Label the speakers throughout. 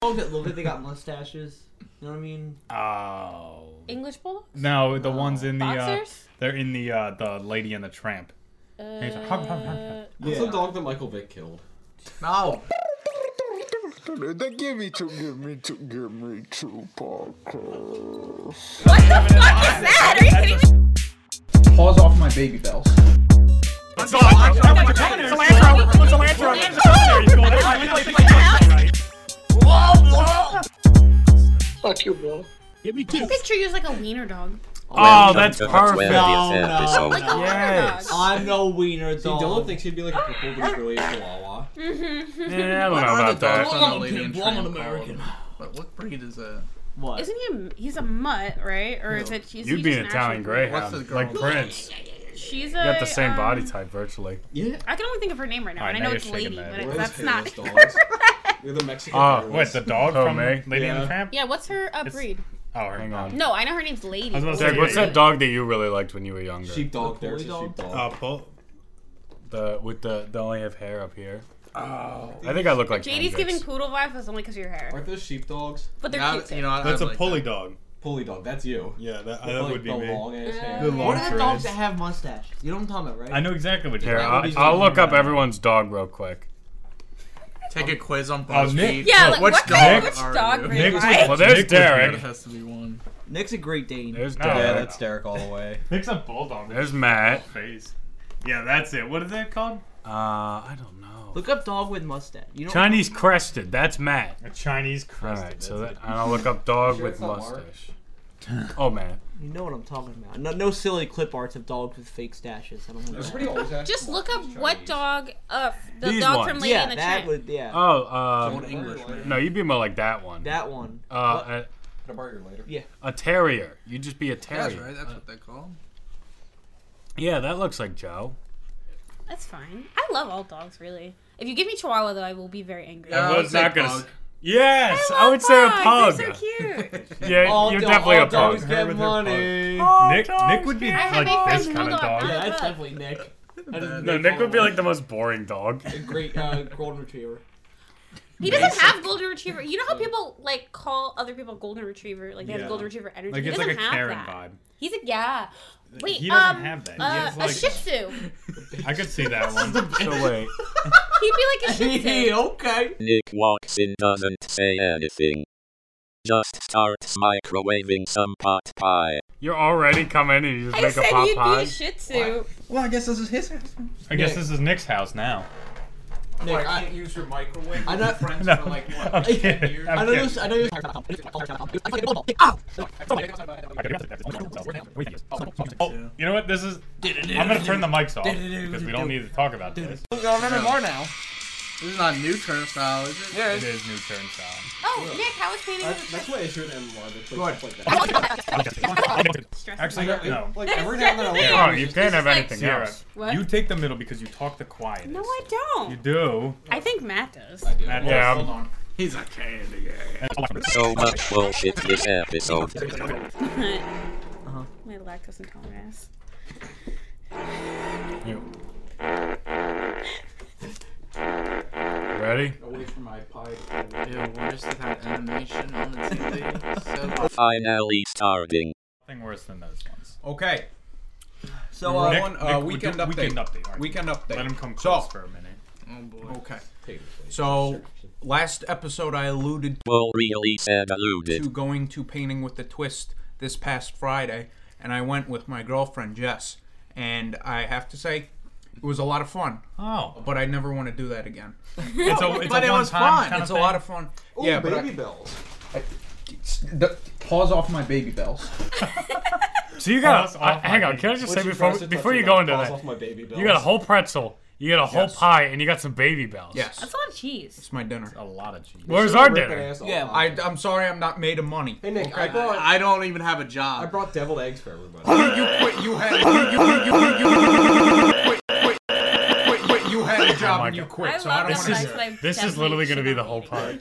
Speaker 1: bulldog that look like they got mustaches. You know what I mean?
Speaker 2: Oh.
Speaker 3: English bulldogs?
Speaker 2: No, the ones in the uh,
Speaker 3: Boxers?
Speaker 2: they're in the uh, the Lady and the Tramp. he's like, "Hum, hum, hum,
Speaker 3: Uh,
Speaker 4: What's the dog that Michael Vick killed?
Speaker 1: No.
Speaker 5: They give me two, give me two, give me two podcast.
Speaker 3: what the fuck is that? Are you kidding me?
Speaker 6: Paws off my baby bells.
Speaker 3: Picture you as like a wiener dog.
Speaker 2: Oh, that's
Speaker 1: No,
Speaker 2: perfect.
Speaker 1: no.
Speaker 3: Like a
Speaker 2: Yes.
Speaker 3: wiener dog.
Speaker 1: I'm no wiener
Speaker 4: See,
Speaker 1: dog.
Speaker 4: Dylan thinks he'd be like a purple but he's really a chihuahua.
Speaker 3: Mm-hmm.
Speaker 2: Yeah, I don't know about that.
Speaker 1: I'm kid, well, I'm an American.
Speaker 6: But what breed is uh, that?
Speaker 1: What?
Speaker 3: Isn't he? A, he's a mutt, right? Or is it? He's,
Speaker 2: You'd be an Italian
Speaker 6: What's
Speaker 2: Greyhound,
Speaker 6: the
Speaker 2: like
Speaker 6: girl?
Speaker 2: Prince.
Speaker 3: She's a.
Speaker 2: You got the same
Speaker 3: um,
Speaker 2: body type virtually.
Speaker 4: Yeah.
Speaker 3: I can only think of her name right now,
Speaker 2: Alright,
Speaker 3: and
Speaker 2: now
Speaker 3: I
Speaker 2: you're
Speaker 3: know it's
Speaker 2: shaking
Speaker 3: lady,
Speaker 2: that.
Speaker 3: but
Speaker 4: We're
Speaker 3: that's
Speaker 4: those
Speaker 3: not.
Speaker 4: hairless dogs. They're the Mexican.
Speaker 2: Oh,
Speaker 4: hairless.
Speaker 2: wait, the dog
Speaker 7: Oh,
Speaker 2: from
Speaker 7: Meg?
Speaker 2: Lady and the
Speaker 4: Yeah.
Speaker 2: Tramp?
Speaker 3: Yeah, what's her uh, breed?
Speaker 2: Oh, hang on.
Speaker 3: No, I know her name's Lady.
Speaker 2: I was gonna
Speaker 7: Zach,
Speaker 2: say,
Speaker 7: what's
Speaker 2: yeah,
Speaker 7: that dog that you really liked when you were younger?
Speaker 4: sheepdog.
Speaker 1: The
Speaker 4: There's a
Speaker 1: bully dog?
Speaker 4: sheepdog.
Speaker 7: Uh, pull. The with the they only have hair up here. Oh, I think I look like.
Speaker 3: JD's
Speaker 7: Hendrix.
Speaker 3: giving poodle vibes, but it's only because of your hair.
Speaker 4: Aren't those sheepdogs?
Speaker 3: But they're
Speaker 6: Now,
Speaker 3: cute.
Speaker 6: you know, I,
Speaker 7: That's
Speaker 6: I
Speaker 7: a
Speaker 6: like
Speaker 7: pulley
Speaker 6: that.
Speaker 7: dog.
Speaker 4: Pulley dog. That's you.
Speaker 7: Yeah, that,
Speaker 4: With,
Speaker 7: that
Speaker 4: like,
Speaker 7: would be
Speaker 4: the
Speaker 7: me.
Speaker 4: long ass hair.
Speaker 7: The
Speaker 1: What
Speaker 7: long
Speaker 1: are the dogs that have mustaches? You know what I'm talking about, right?
Speaker 2: I know exactly what you're
Speaker 7: Here,
Speaker 2: talking
Speaker 7: I,
Speaker 2: about.
Speaker 7: I'll look up everyone's dog real quick.
Speaker 6: Take a quiz on
Speaker 7: Oh, Nick-
Speaker 6: BuzzFeed.
Speaker 3: yeah, like
Speaker 6: Which
Speaker 3: what
Speaker 6: dog
Speaker 3: kind? Which
Speaker 6: are
Speaker 3: dog
Speaker 6: you?
Speaker 3: breed?
Speaker 2: Nick's-
Speaker 3: right?
Speaker 2: well, there's
Speaker 7: Nick was
Speaker 6: There
Speaker 2: Derek.
Speaker 6: has to be one.
Speaker 1: Nick's a great Dane.
Speaker 2: There's
Speaker 4: Yeah,
Speaker 2: Derek.
Speaker 4: that's Derek all the way.
Speaker 2: Nick's a bulldog.
Speaker 7: There's Matt.
Speaker 2: face. Yeah, that's it. What is that called?
Speaker 7: Uh, I don't know.
Speaker 1: Look up dog with mustache. You know.
Speaker 7: Chinese crested. That's Matt.
Speaker 2: A Chinese
Speaker 7: All
Speaker 2: crust.
Speaker 7: right, so that, and I'll look up dog
Speaker 4: sure
Speaker 7: with
Speaker 4: it's not Mark?
Speaker 7: mustache. Oh, Matt.
Speaker 1: You know what I'm talking about. No, no silly clip arts of dogs with fake stashes. I don't want
Speaker 4: That's
Speaker 1: that.
Speaker 4: pretty old.
Speaker 3: Just look up what dog. Uh, the
Speaker 7: These
Speaker 3: dog
Speaker 7: ones.
Speaker 3: from Lady
Speaker 1: Yeah,
Speaker 3: and the
Speaker 1: that
Speaker 3: Tramp.
Speaker 1: would. Yeah,
Speaker 7: Oh,
Speaker 4: Don't
Speaker 7: um,
Speaker 4: English man.
Speaker 7: no, you'd be more like that one.
Speaker 1: that one.
Speaker 7: Uh, a,
Speaker 4: I'll borrow your later.
Speaker 1: Yeah.
Speaker 7: a terrier. You'd just be a
Speaker 6: That's
Speaker 7: terrier.
Speaker 6: right. That's what they call.
Speaker 7: Yeah, that looks like Joe.
Speaker 3: That's fine. I love all dogs, really. If you give me Chihuahua, though, I will be very angry.
Speaker 6: Yeah. I
Speaker 7: was
Speaker 6: would say
Speaker 7: not gonna
Speaker 6: pug.
Speaker 7: s- Yes, I, would say a pug.
Speaker 3: They're so cute.
Speaker 7: Yeah,
Speaker 1: All
Speaker 7: you're
Speaker 1: do-
Speaker 7: definitely
Speaker 1: all
Speaker 7: a pug. Oh,
Speaker 1: dogs get money.
Speaker 2: Nick, Nick would be
Speaker 3: I have a
Speaker 2: like this
Speaker 3: friend
Speaker 2: kind of
Speaker 3: Bulldog.
Speaker 2: dog.
Speaker 1: Yeah, that's definitely Nick. That is
Speaker 7: No, Nick would be like the most boring dog.
Speaker 1: a great uh, golden retriever.
Speaker 3: He doesn't have golden retriever. You know how people like call other people golden retriever, like they
Speaker 2: Yeah.
Speaker 3: have golden retriever energy.
Speaker 2: Like
Speaker 3: he
Speaker 2: it's
Speaker 3: doesn't
Speaker 2: like a
Speaker 3: have
Speaker 2: Karen
Speaker 3: that.
Speaker 2: vibe.
Speaker 3: He's a yeah. Wait,
Speaker 2: he doesn't
Speaker 3: um,
Speaker 2: have that. He
Speaker 3: uh,
Speaker 2: has,
Speaker 3: a Shih Tzu.
Speaker 2: like, I could see that one.
Speaker 7: So wait,
Speaker 3: He'd be like a Shih
Speaker 1: Hey,
Speaker 3: Tzu.
Speaker 1: okay.
Speaker 8: Nick walks in, doesn't say anything. Just starts microwaving some pot pie.
Speaker 7: you're already coming and you just
Speaker 3: I
Speaker 7: make a
Speaker 3: said
Speaker 7: pop
Speaker 3: he'd be
Speaker 7: pie.
Speaker 3: a Shih Tzu.
Speaker 6: Well, I guess this is his.
Speaker 2: I guess this is Nick's house now.
Speaker 1: Nick, I,
Speaker 6: use your microwave.
Speaker 1: I know.
Speaker 2: No, I'm kidding.
Speaker 1: I
Speaker 2: I'm
Speaker 1: know.
Speaker 2: kidding.
Speaker 1: this- I know. this-
Speaker 2: Oh, you know what? This is. I'm gonna turn the mics off because we don't need to talk about this.
Speaker 6: This is not new turnstile, is it?
Speaker 2: It is new turnstile.
Speaker 3: Oh, Nick, how was painting?
Speaker 4: That's, that's why I should end live. It's like stuff like that.
Speaker 2: Actually, no.
Speaker 4: Like every now and then I look
Speaker 7: Oh,
Speaker 4: at
Speaker 7: you can't have anything
Speaker 2: Sierra,
Speaker 7: else.
Speaker 3: What?
Speaker 2: you take the middle because you talk the quietest.
Speaker 3: No, I
Speaker 2: You
Speaker 3: don't.
Speaker 2: do.
Speaker 3: I think Matt does.
Speaker 2: That
Speaker 7: Yeah,
Speaker 2: does.
Speaker 7: I'm-
Speaker 6: He's a candy guy.
Speaker 8: So much bullshit this episode.
Speaker 3: My lactose intolerance.
Speaker 7: You- Ready?
Speaker 4: away from my pie.
Speaker 6: Dude, we're just without animation on the TV. So
Speaker 8: Finally starting.
Speaker 2: Nothing worse than those ones.
Speaker 4: Okay.
Speaker 1: So
Speaker 4: Uh,
Speaker 1: uh,
Speaker 2: Nick-
Speaker 4: one,
Speaker 2: Nick,
Speaker 4: uh,
Speaker 2: we
Speaker 4: weekend,
Speaker 2: do-
Speaker 4: update.
Speaker 2: weekend update, alright.
Speaker 4: Weekend update.
Speaker 2: Let him come
Speaker 4: So-
Speaker 2: close for a minute.
Speaker 6: oh boy.
Speaker 4: Okay. So last episode I alluded
Speaker 8: Bull really said alluded.
Speaker 4: to going to painting with the twist this past Friday, and I went with my girlfriend Jess, and I have to say, it was a lot of fun.
Speaker 2: Oh,
Speaker 4: But I never want to do that again.
Speaker 2: it's a, it's
Speaker 4: But
Speaker 2: a
Speaker 4: it was
Speaker 2: one-time
Speaker 4: fun.
Speaker 2: kind
Speaker 4: It's a
Speaker 2: of
Speaker 4: lot
Speaker 2: thing.
Speaker 4: of fun. yeah, but I-
Speaker 1: bells.
Speaker 6: The, paws off my baby bells.
Speaker 7: So you got
Speaker 2: Paws
Speaker 7: a,
Speaker 2: off
Speaker 7: I- hang
Speaker 2: my
Speaker 7: on, can I just say
Speaker 1: Which
Speaker 7: before
Speaker 1: impressive
Speaker 7: before
Speaker 1: touch
Speaker 7: you
Speaker 1: of
Speaker 7: go
Speaker 1: that
Speaker 7: into
Speaker 1: falls
Speaker 7: that,
Speaker 1: off my baby
Speaker 7: you got a
Speaker 1: bells.
Speaker 7: whole pretzel, you got a whole
Speaker 4: Yes.
Speaker 7: pie, and you got some baby bells.
Speaker 4: Yes,
Speaker 3: That's a lot of cheese.
Speaker 4: it's my dinner.
Speaker 2: A lot of cheese.
Speaker 7: Where's our dinner?
Speaker 1: Yeah,
Speaker 4: I, I'm sorry I'm not made of money.
Speaker 1: Nick, I
Speaker 6: I,
Speaker 1: brought
Speaker 6: I don't even have a job.
Speaker 1: brought deviled eggs for everybody.
Speaker 4: You quit. You had. You, you, you, you, you, you, you, you quit, quit, quit, quit. You had a job
Speaker 7: Oh my
Speaker 4: and you
Speaker 7: God.
Speaker 4: quit,
Speaker 3: I
Speaker 4: so I
Speaker 3: love
Speaker 4: don't
Speaker 3: this.
Speaker 4: want to hear it.
Speaker 7: This is literally gonna be the whole pie.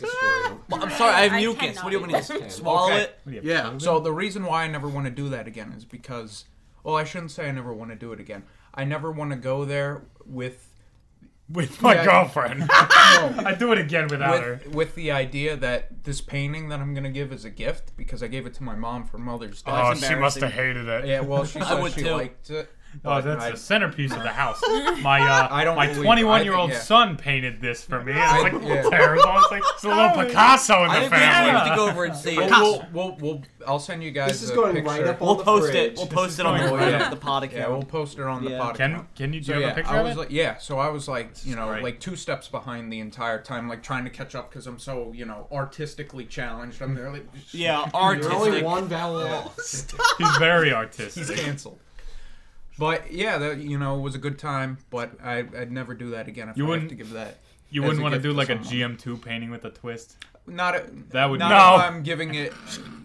Speaker 1: I'm sorry, I have
Speaker 3: I
Speaker 1: mucus. What do you want me
Speaker 3: cannot.
Speaker 1: to swallow
Speaker 4: Okay.
Speaker 1: it?
Speaker 6: Yeah.
Speaker 4: So the reason why I never want to do that again is because, well, I shouldn't say I never want to do it again. I never want to go there with
Speaker 2: with my
Speaker 4: Yeah.
Speaker 2: girlfriend. I do it again without her.
Speaker 4: with, with the idea that this painting that I'm gonna give is a gift because I gave it to my mom for Mother's Day.
Speaker 2: Oh, she must have hated it.
Speaker 4: yeah, well, she said
Speaker 1: would
Speaker 4: she
Speaker 1: too.
Speaker 4: liked it.
Speaker 2: Oh,
Speaker 4: but
Speaker 2: that's
Speaker 4: I-
Speaker 2: the centerpiece of the house. My uh,
Speaker 4: I don't
Speaker 2: my
Speaker 4: believe-
Speaker 2: 21 year
Speaker 4: I
Speaker 2: old
Speaker 4: think- yeah.
Speaker 2: son painted this for me. I was like,
Speaker 4: I- yeah.
Speaker 2: terrible. I was like, it's a little Picasso in
Speaker 9: I
Speaker 2: the
Speaker 9: think we have to
Speaker 2: family.
Speaker 9: go over and see it.
Speaker 4: We'll, we'll, we'll, we'll, I'll send you guys
Speaker 9: This is
Speaker 4: a
Speaker 9: going
Speaker 4: picture.
Speaker 9: right up on
Speaker 1: We'll
Speaker 9: the
Speaker 1: post
Speaker 9: fridge.
Speaker 1: it. We'll post it
Speaker 2: going
Speaker 1: on the,
Speaker 4: right up.
Speaker 1: the pod account.
Speaker 4: Yeah, we'll post it on the
Speaker 1: Yeah.
Speaker 4: pod
Speaker 2: Can
Speaker 4: account.
Speaker 2: can you do
Speaker 4: So
Speaker 2: you have
Speaker 4: yeah,
Speaker 2: a picture
Speaker 4: I
Speaker 2: of
Speaker 4: was
Speaker 2: it?
Speaker 4: like, yeah. So I was like, you know,
Speaker 2: great.
Speaker 4: like two steps behind the entire time, like trying to catch up because I'm so, you know, artistically challenged. I'm there, like,
Speaker 1: yeah,
Speaker 9: You're only
Speaker 1: artistic.
Speaker 9: one vowel off.
Speaker 2: He's very
Speaker 4: he's
Speaker 2: artistic.
Speaker 4: canceled. But yeah, that you know was a good time. But I, I'd never do that again. If
Speaker 2: You
Speaker 4: I have
Speaker 2: wouldn't-
Speaker 4: to give that.
Speaker 2: You
Speaker 4: as
Speaker 2: wouldn't
Speaker 4: a
Speaker 2: want to
Speaker 4: gift
Speaker 2: do
Speaker 4: to
Speaker 2: like a
Speaker 4: someone.
Speaker 2: GM2 painting with a twist.
Speaker 4: Not a, um,
Speaker 2: That would-
Speaker 4: not
Speaker 2: No.
Speaker 4: if I'm giving it.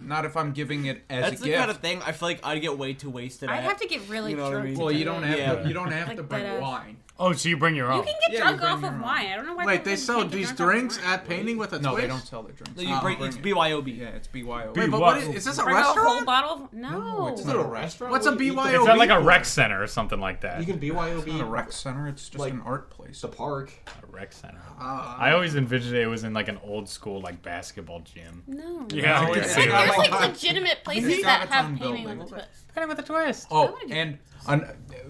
Speaker 4: Not if I'm giving it as
Speaker 1: That's
Speaker 4: a
Speaker 1: the
Speaker 4: gift.
Speaker 1: kind of thing I feel like I'd get way too wasted.
Speaker 3: I'd
Speaker 1: at.
Speaker 3: have to get really
Speaker 1: You know what I
Speaker 3: drunk.
Speaker 1: mean?
Speaker 3: to
Speaker 4: well,
Speaker 3: do
Speaker 4: you don't
Speaker 3: that.
Speaker 4: have to.
Speaker 1: Yeah.
Speaker 4: You don't have to
Speaker 3: Like
Speaker 4: bring
Speaker 3: that, uh,
Speaker 4: wine.
Speaker 2: Oh, so you bring your
Speaker 3: You
Speaker 2: own.
Speaker 3: can get
Speaker 4: Yeah, you
Speaker 3: drunk
Speaker 4: bring
Speaker 3: off
Speaker 4: your
Speaker 3: of
Speaker 4: own.
Speaker 3: wine. I don't know why.
Speaker 6: Wait,
Speaker 3: people
Speaker 6: they
Speaker 3: can't
Speaker 6: sell
Speaker 3: get
Speaker 6: these
Speaker 3: drunk off of
Speaker 6: drinks
Speaker 3: wine.
Speaker 6: at painting with a
Speaker 4: No,
Speaker 6: twist?
Speaker 4: they don't sell the drinks.
Speaker 1: No, you
Speaker 4: Oh,
Speaker 1: bring,
Speaker 4: bring
Speaker 1: it's
Speaker 4: it.
Speaker 1: BYOB.
Speaker 4: Yeah, it's BYO.
Speaker 6: Wait, but what is, is this a
Speaker 3: Bring a whole
Speaker 6: restaurant?
Speaker 3: bottle. Of, no.
Speaker 4: it's
Speaker 9: Is
Speaker 4: not
Speaker 9: it a restaurant?
Speaker 6: What's
Speaker 9: where
Speaker 6: a
Speaker 9: you eat the-
Speaker 6: BYOB?
Speaker 2: It's not like a rec center or something like
Speaker 9: You
Speaker 2: that.
Speaker 9: can BYOB
Speaker 4: Not a rec center. It's just
Speaker 9: Like-
Speaker 4: an art place. Uh,
Speaker 9: the park.
Speaker 2: A rec center. I always envisioned it was in like an old school like basketball gym.
Speaker 3: No.
Speaker 2: Yeah, I can
Speaker 4: it's
Speaker 2: see
Speaker 3: But
Speaker 2: that.
Speaker 3: there's like legitimate places
Speaker 4: It's
Speaker 3: that
Speaker 4: not a
Speaker 3: have
Speaker 4: town
Speaker 3: painting with a
Speaker 4: building.
Speaker 3: twist.
Speaker 2: Painting with a twist.
Speaker 4: Oh,
Speaker 3: wanna do-
Speaker 4: and a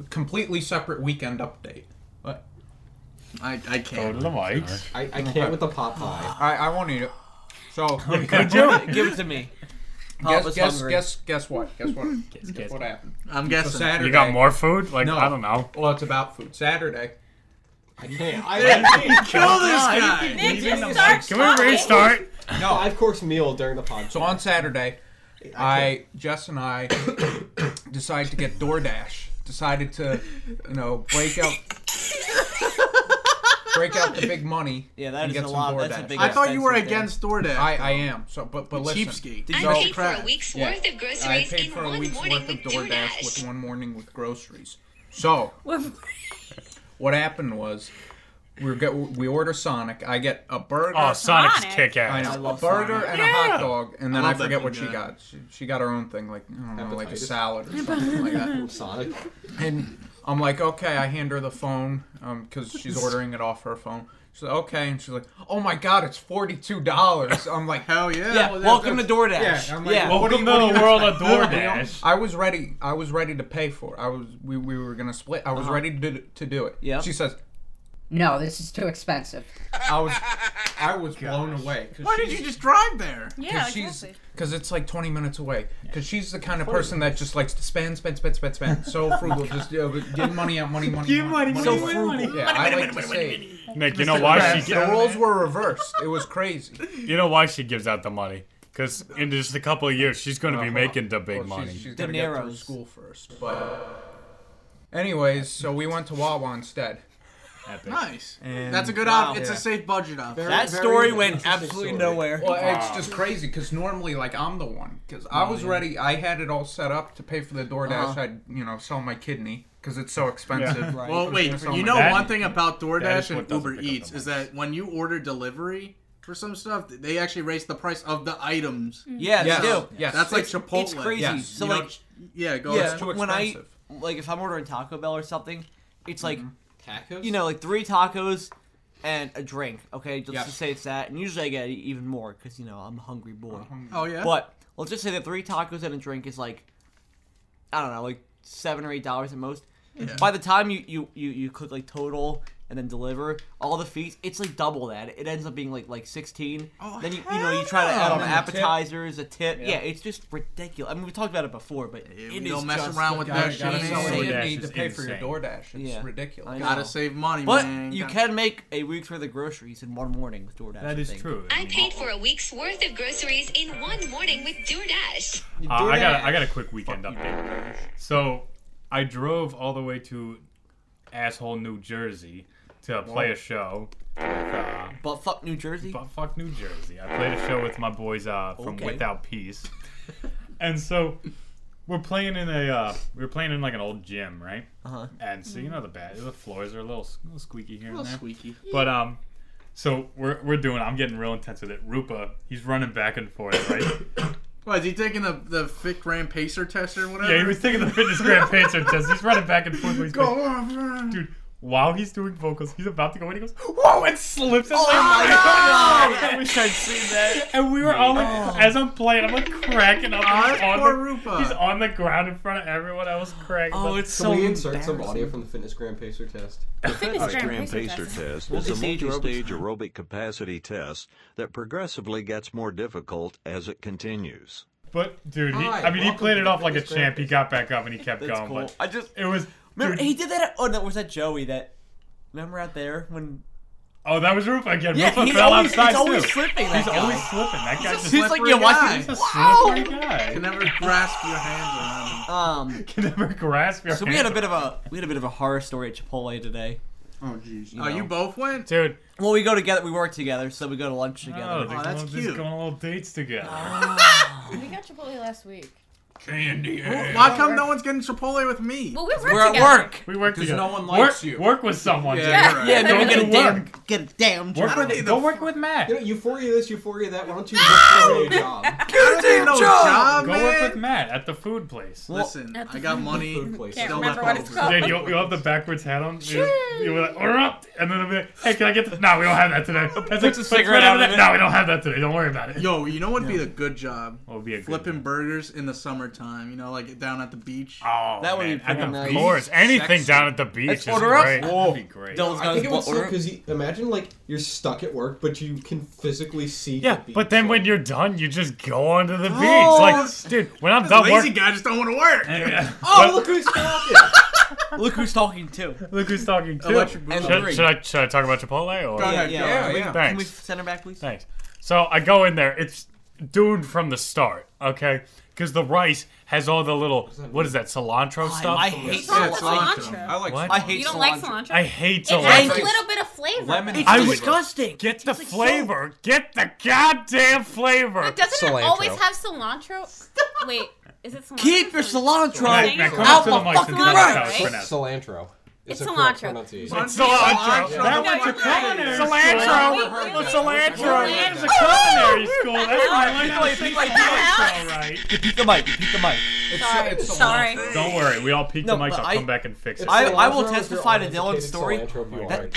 Speaker 4: completely separate weekend update. What?
Speaker 6: I, I
Speaker 2: Go
Speaker 6: can't.
Speaker 2: to the mics.
Speaker 9: I, I can't with the pot pie.
Speaker 4: I, I won't eat it. So
Speaker 1: Give it to me. Pop
Speaker 4: guess
Speaker 1: was
Speaker 4: guess
Speaker 1: hungry.
Speaker 4: guess guess what? Guess what? guess,
Speaker 2: guess.
Speaker 4: what happened?
Speaker 6: I'm
Speaker 4: So
Speaker 6: guessing.
Speaker 4: Saturday.
Speaker 2: You got more food? Like
Speaker 4: No.
Speaker 2: I don't know.
Speaker 4: Well, it's about food. Saturday.
Speaker 9: I can't. I
Speaker 6: Kill this guy!
Speaker 3: Nick, just
Speaker 4: Can
Speaker 3: start
Speaker 2: Can we restart?
Speaker 9: no five course meal during the pod.
Speaker 4: So on Saturday, I, Jess and I decided to get DoorDash. Decided to, you know, break out break out the big money.
Speaker 1: Yeah, that
Speaker 4: and
Speaker 1: is
Speaker 4: get
Speaker 1: a
Speaker 4: some
Speaker 1: lot-
Speaker 4: DoorDash.
Speaker 1: that's a big-
Speaker 6: I thought you were
Speaker 1: Expensive thing.
Speaker 6: against DoorDash.
Speaker 4: I, I am. So, but but listen,
Speaker 6: cheapskate.
Speaker 1: Did you
Speaker 4: So-
Speaker 10: I paid for a
Speaker 6: crap.
Speaker 10: week's
Speaker 4: Yeah.
Speaker 10: worth of
Speaker 4: I
Speaker 10: groceries
Speaker 4: paid
Speaker 10: in
Speaker 4: for a
Speaker 10: one
Speaker 4: week's
Speaker 10: morning
Speaker 4: worth
Speaker 10: with
Speaker 4: of DoorDash
Speaker 10: DoorDash.
Speaker 4: with one morning with groceries. So what happened was we were get, we order Sonic. I get a burger.
Speaker 2: Oh, Sonic's
Speaker 3: Sonic.
Speaker 2: kick
Speaker 4: I
Speaker 2: ass.
Speaker 4: know,
Speaker 1: I
Speaker 4: a
Speaker 1: love
Speaker 4: burger
Speaker 1: Sonic.
Speaker 4: and a hot dog, and then
Speaker 6: I
Speaker 4: I,
Speaker 6: love that
Speaker 4: forget
Speaker 6: thing,
Speaker 4: what she
Speaker 6: yeah.
Speaker 4: got. She, she got her own thing, like I don't know, like a
Speaker 9: Hepatitis.
Speaker 4: salad or something like that.
Speaker 9: Sonic.
Speaker 4: And I'm like, okay, I hand her the phone because she's ordering it off her phone. She's like, okay. And she's like, oh my God, it's $42. I'm like,
Speaker 6: Hell yeah.
Speaker 1: Yeah,
Speaker 6: Well, that-
Speaker 1: welcome to DoorDash.
Speaker 4: Yeah,
Speaker 6: that's-
Speaker 1: Yeah,
Speaker 4: I'm like, well,
Speaker 2: Welcome to the world of DoorDash.
Speaker 4: I was ready. I was ready to pay for it. I was. We, we were gonna split. I was ready to, to do it.
Speaker 1: Yeah.
Speaker 4: She says,
Speaker 11: No, this is too expensive.
Speaker 4: I was. I was blown away.
Speaker 6: Why did you just drive there?
Speaker 3: Yeah,
Speaker 4: Because she's
Speaker 3: exactly.
Speaker 4: because it's like 20 minutes away. Because she's the kind of person that just likes to spend, spend, spend, spend, spend. So frugal, just you know, give money out, money, money, give money,
Speaker 1: so frugal.
Speaker 4: Yeah, I like to save.
Speaker 2: Nick, you know why she
Speaker 4: The roles were reversed. It was crazy.
Speaker 2: you know why she gives out the money? Because in just a couple of years, she's going to be making the big
Speaker 4: Uh-huh. Well,
Speaker 2: money.
Speaker 4: She's, she's gonna get through
Speaker 1: Niro's.
Speaker 4: school first. But anyways, so we went to Wawa instead.
Speaker 2: Epic.
Speaker 6: Nice.
Speaker 4: And-
Speaker 6: That's a good
Speaker 1: Wow.
Speaker 6: op. It's
Speaker 4: Yeah.
Speaker 6: a safe budget op.
Speaker 1: That
Speaker 9: Very
Speaker 1: story went
Speaker 9: interesting
Speaker 1: absolutely
Speaker 9: story.
Speaker 1: nowhere.
Speaker 4: Well, it's just crazy because normally, like, I'm the one because I was ready. I had it all set up to pay for the DoorDash.
Speaker 1: Uh-huh.
Speaker 4: I'd you know sell my kidney because it's so expensive.
Speaker 1: Right.
Speaker 6: Well, wait.
Speaker 4: Something
Speaker 6: You
Speaker 4: like
Speaker 6: know
Speaker 2: that.
Speaker 6: one thing about
Speaker 2: That is
Speaker 6: DoorDash
Speaker 2: what
Speaker 6: and
Speaker 2: doesn't
Speaker 6: Uber
Speaker 2: pick up the
Speaker 6: Eats is
Speaker 2: mics.
Speaker 6: that when you order delivery for some stuff, they actually raise the price of the items.
Speaker 1: yeah,
Speaker 4: Yes.
Speaker 1: they do.
Speaker 4: Yes.
Speaker 6: That's like Chipotle.
Speaker 1: It's crazy.
Speaker 4: Yes.
Speaker 1: So
Speaker 6: You know,
Speaker 1: like,
Speaker 6: yeah, go
Speaker 1: yeah,
Speaker 6: ahead.
Speaker 4: too
Speaker 1: when I
Speaker 4: expensive.
Speaker 1: like if I'm ordering Taco Bell or something, it's like
Speaker 9: Tacos.
Speaker 1: you know like three tacos and a drink. Okay, let's
Speaker 4: Yes.
Speaker 1: just say it's that, and usually I get even more because you know I'm a hungry boy.
Speaker 6: Oh yeah.
Speaker 1: But let's just say that three tacos and a drink is like, I don't know, like seven or eight dollars at most. By the time you you you you click like total and then deliver all the fees, it's like double that. It ends up being like like sixteen.
Speaker 6: Oh,
Speaker 1: then you you know you
Speaker 6: hell
Speaker 1: try to add
Speaker 6: no.
Speaker 1: on
Speaker 4: And a tip.
Speaker 1: appetizers, a tip. Yeah. it's just ridiculous. I mean, we talked about it before, but
Speaker 6: Yeah,
Speaker 1: it
Speaker 6: we
Speaker 1: is
Speaker 6: don't mess
Speaker 1: just-
Speaker 6: around with
Speaker 4: Gotta,
Speaker 6: that
Speaker 4: gotta
Speaker 6: shit.
Speaker 4: sell
Speaker 1: insane.
Speaker 4: your
Speaker 2: DoorDash
Speaker 4: kidney to
Speaker 2: is
Speaker 4: pay for your
Speaker 2: insane.
Speaker 4: DoorDash. It's
Speaker 1: Yeah. I
Speaker 4: ridiculous.
Speaker 1: know.
Speaker 6: Gotta save money,
Speaker 1: But
Speaker 6: man.
Speaker 1: you
Speaker 6: Gotta-
Speaker 1: can make a week's worth of groceries in one morning with DoorDash.
Speaker 2: That
Speaker 1: I
Speaker 2: is
Speaker 1: think.
Speaker 2: true.
Speaker 10: I paid for a week's worth of groceries in one morning with DoorDash.
Speaker 2: Uh, I got a, I got a quick weekend update. So I drove all the way to asshole New Jersey to play a show. With, uh,
Speaker 1: But fuck New Jersey.
Speaker 2: but fuck New Jersey. I played a show with my boys uh, from
Speaker 1: Okay.
Speaker 2: Without Peace, and so we're playing in a uh, we were playing in like an old gym, right?
Speaker 1: Uh-huh.
Speaker 2: And so you know the bad the floors are a little, a little squeaky here and
Speaker 6: Little
Speaker 2: there.
Speaker 6: squeaky.
Speaker 2: But um, so we're we're doing. I'm getting real intense with it. Rupa, he's running back and forth, right?
Speaker 6: What is he taking the the Fit Gram Pacer test or whatever?
Speaker 2: Yeah, he was taking the fitness grand pacer test. He's running back and forth. with his
Speaker 6: Go on, run.
Speaker 2: dude. while he's doing vocals, he's about to go in. He goes, "Whoa!" and slips. And
Speaker 7: Oh
Speaker 2: like,
Speaker 7: my God!
Speaker 2: I wish I'd seen that. And we were all like,
Speaker 1: Oh.
Speaker 2: as I'm playing, I'm like cracking up. He's
Speaker 6: Ah,
Speaker 2: on,
Speaker 6: poor
Speaker 2: the,
Speaker 6: Rupa.
Speaker 2: he's on the ground in front of everyone. I was cracking.
Speaker 1: Oh,
Speaker 4: Oh,
Speaker 2: up.
Speaker 9: Can we insert some audio from the fitness gram pacer test?
Speaker 12: A Gram Pacer test is a multi-stage aerobic capacity test that progressively gets more difficult as it continues.
Speaker 2: But dude, he,
Speaker 1: Hi,
Speaker 2: I mean, he
Speaker 1: welcome
Speaker 2: played
Speaker 1: to
Speaker 2: it off
Speaker 1: the
Speaker 2: like a
Speaker 1: Fitness
Speaker 2: champ. He got back up and he kept
Speaker 1: That's
Speaker 2: going.
Speaker 1: cool.
Speaker 2: But
Speaker 1: I just
Speaker 2: it was.
Speaker 1: Remember,
Speaker 2: dude,
Speaker 1: he did that. At, oh, that was that Joey that. Remember out there when.
Speaker 2: Oh, that was Rupa again.
Speaker 1: Yeah,
Speaker 2: Rupa
Speaker 1: he's
Speaker 2: fell
Speaker 1: always,
Speaker 2: outside
Speaker 1: he's always
Speaker 2: too.
Speaker 1: slipping.
Speaker 2: He's
Speaker 1: that guy.
Speaker 2: always slipping. That
Speaker 1: He's
Speaker 2: guy
Speaker 1: a
Speaker 2: just
Speaker 1: he's like,
Speaker 2: slippery
Speaker 1: yeah, watch
Speaker 2: guy.
Speaker 1: this.
Speaker 2: He's a
Speaker 1: Wow.
Speaker 2: slippery guy.
Speaker 6: Can never grasp your hands
Speaker 1: around him. Um,
Speaker 2: Can never grasp your
Speaker 1: So we had a
Speaker 2: hands
Speaker 1: bit of a we had a bit of a horror story at Chipotle today.
Speaker 6: Oh jeez. Oh, you both went?
Speaker 2: Dude.
Speaker 1: Well, we go together. We work together, so we go to lunch together.
Speaker 2: Oh, they that's cute. Just going on little dates together.
Speaker 3: We got Chipotle last week.
Speaker 2: Candy.
Speaker 6: Wh- Why come no one's getting Chipotle with me?
Speaker 3: Well, we work We're at together. work.
Speaker 2: We work
Speaker 6: Because
Speaker 2: together.
Speaker 6: no one
Speaker 2: Work-
Speaker 6: likes you.
Speaker 2: Work with someone.
Speaker 6: Yeah,
Speaker 2: dude.
Speaker 6: you're right. Yeah,
Speaker 2: Don't
Speaker 6: then
Speaker 2: do
Speaker 6: get a
Speaker 2: work.
Speaker 1: get a damn
Speaker 2: Work with it. Go work with Matt.
Speaker 9: You know, euphoria this, euphoria that. Why don't you look for a job?
Speaker 6: Goddamn
Speaker 2: No
Speaker 6: job,
Speaker 2: Go
Speaker 6: man.
Speaker 2: work with Matt at the food place.
Speaker 6: Listen, I got money.
Speaker 3: Can't
Speaker 6: Still
Speaker 3: remember
Speaker 6: left
Speaker 3: what it's
Speaker 6: over.
Speaker 3: called.
Speaker 2: Dude, you'll, you'll have the backwards hat on. You'll, you'll be like, "We're up," and then I'll be like, "Hey, can I get the?" No, we don't have that today. That's like,
Speaker 6: a
Speaker 2: "Let's run
Speaker 6: cigarette out
Speaker 2: over
Speaker 6: of
Speaker 2: there."
Speaker 6: it.
Speaker 2: No, we don't have that today. Don't worry about it.
Speaker 6: Yo, you know what'd be a good job?
Speaker 2: What would be a good
Speaker 6: Flipping burgers in the summertime, you know, like down at the beach.
Speaker 2: Oh,
Speaker 1: That would man, be at pretty the nice.
Speaker 2: Of course, anything down at the beach
Speaker 1: Let's
Speaker 2: is
Speaker 1: order up.
Speaker 2: great.
Speaker 1: Whoa.
Speaker 2: That'd be great.
Speaker 1: Dylan's
Speaker 9: I think it would suck because imagine like you're stuck at work, but you can physically see.
Speaker 2: Yeah, but then when you're done, you just go onto the beach.
Speaker 9: Oh,
Speaker 2: Like, dude, when I'm done
Speaker 6: lazy
Speaker 2: work,
Speaker 6: guy just don't want to work.
Speaker 9: Oh, look who's talking!
Speaker 1: Look who's talking too.
Speaker 2: Look who's talking too.
Speaker 1: Electric Boogaloo. And
Speaker 2: Should,
Speaker 1: three.
Speaker 2: should I should I talk about Chipotle or?
Speaker 1: Go ahead, Yeah, yeah, yeah.
Speaker 2: Thanks.
Speaker 1: Can we send her back, please?
Speaker 2: Thanks. So I go in there. It's doomed from the start. Okay, because the rice has all the little what is that cilantro stuff?
Speaker 1: I hate Yeah, cilantro. cilantro. I like
Speaker 2: What?
Speaker 1: cilantro. I hate You don't like cilantro.
Speaker 3: cilantro?
Speaker 2: I hate
Speaker 3: It
Speaker 2: cilantro.
Speaker 3: has a little bit of flavor.
Speaker 2: It's disgusting. Get the flavor. Get the goddamn flavor.
Speaker 3: But doesn't it always have cilantro? Wait, is it cilantro?
Speaker 1: Keep your cilantro
Speaker 2: Right, now come up
Speaker 1: out
Speaker 2: to
Speaker 1: the
Speaker 2: the mic
Speaker 1: fucking
Speaker 2: and tell us how it's
Speaker 1: room.
Speaker 2: pronounced.
Speaker 9: Cilantro.
Speaker 3: It's
Speaker 9: a
Speaker 3: cilantro.
Speaker 9: correct pronunciation.
Speaker 2: It's cilantro. That went to culinary. Cilantro. Well, cilantro. That is a culinary school. That's why I like
Speaker 3: People like
Speaker 2: that. All right.
Speaker 1: Peek the mic. Peek the mic.
Speaker 3: Sorry, it's sorry.
Speaker 2: Don't worry. We all peeked
Speaker 1: No,
Speaker 2: the mics.
Speaker 1: but
Speaker 2: I'll
Speaker 1: I-
Speaker 2: come back and fix it.
Speaker 1: I, I will testify to Dylan's story. That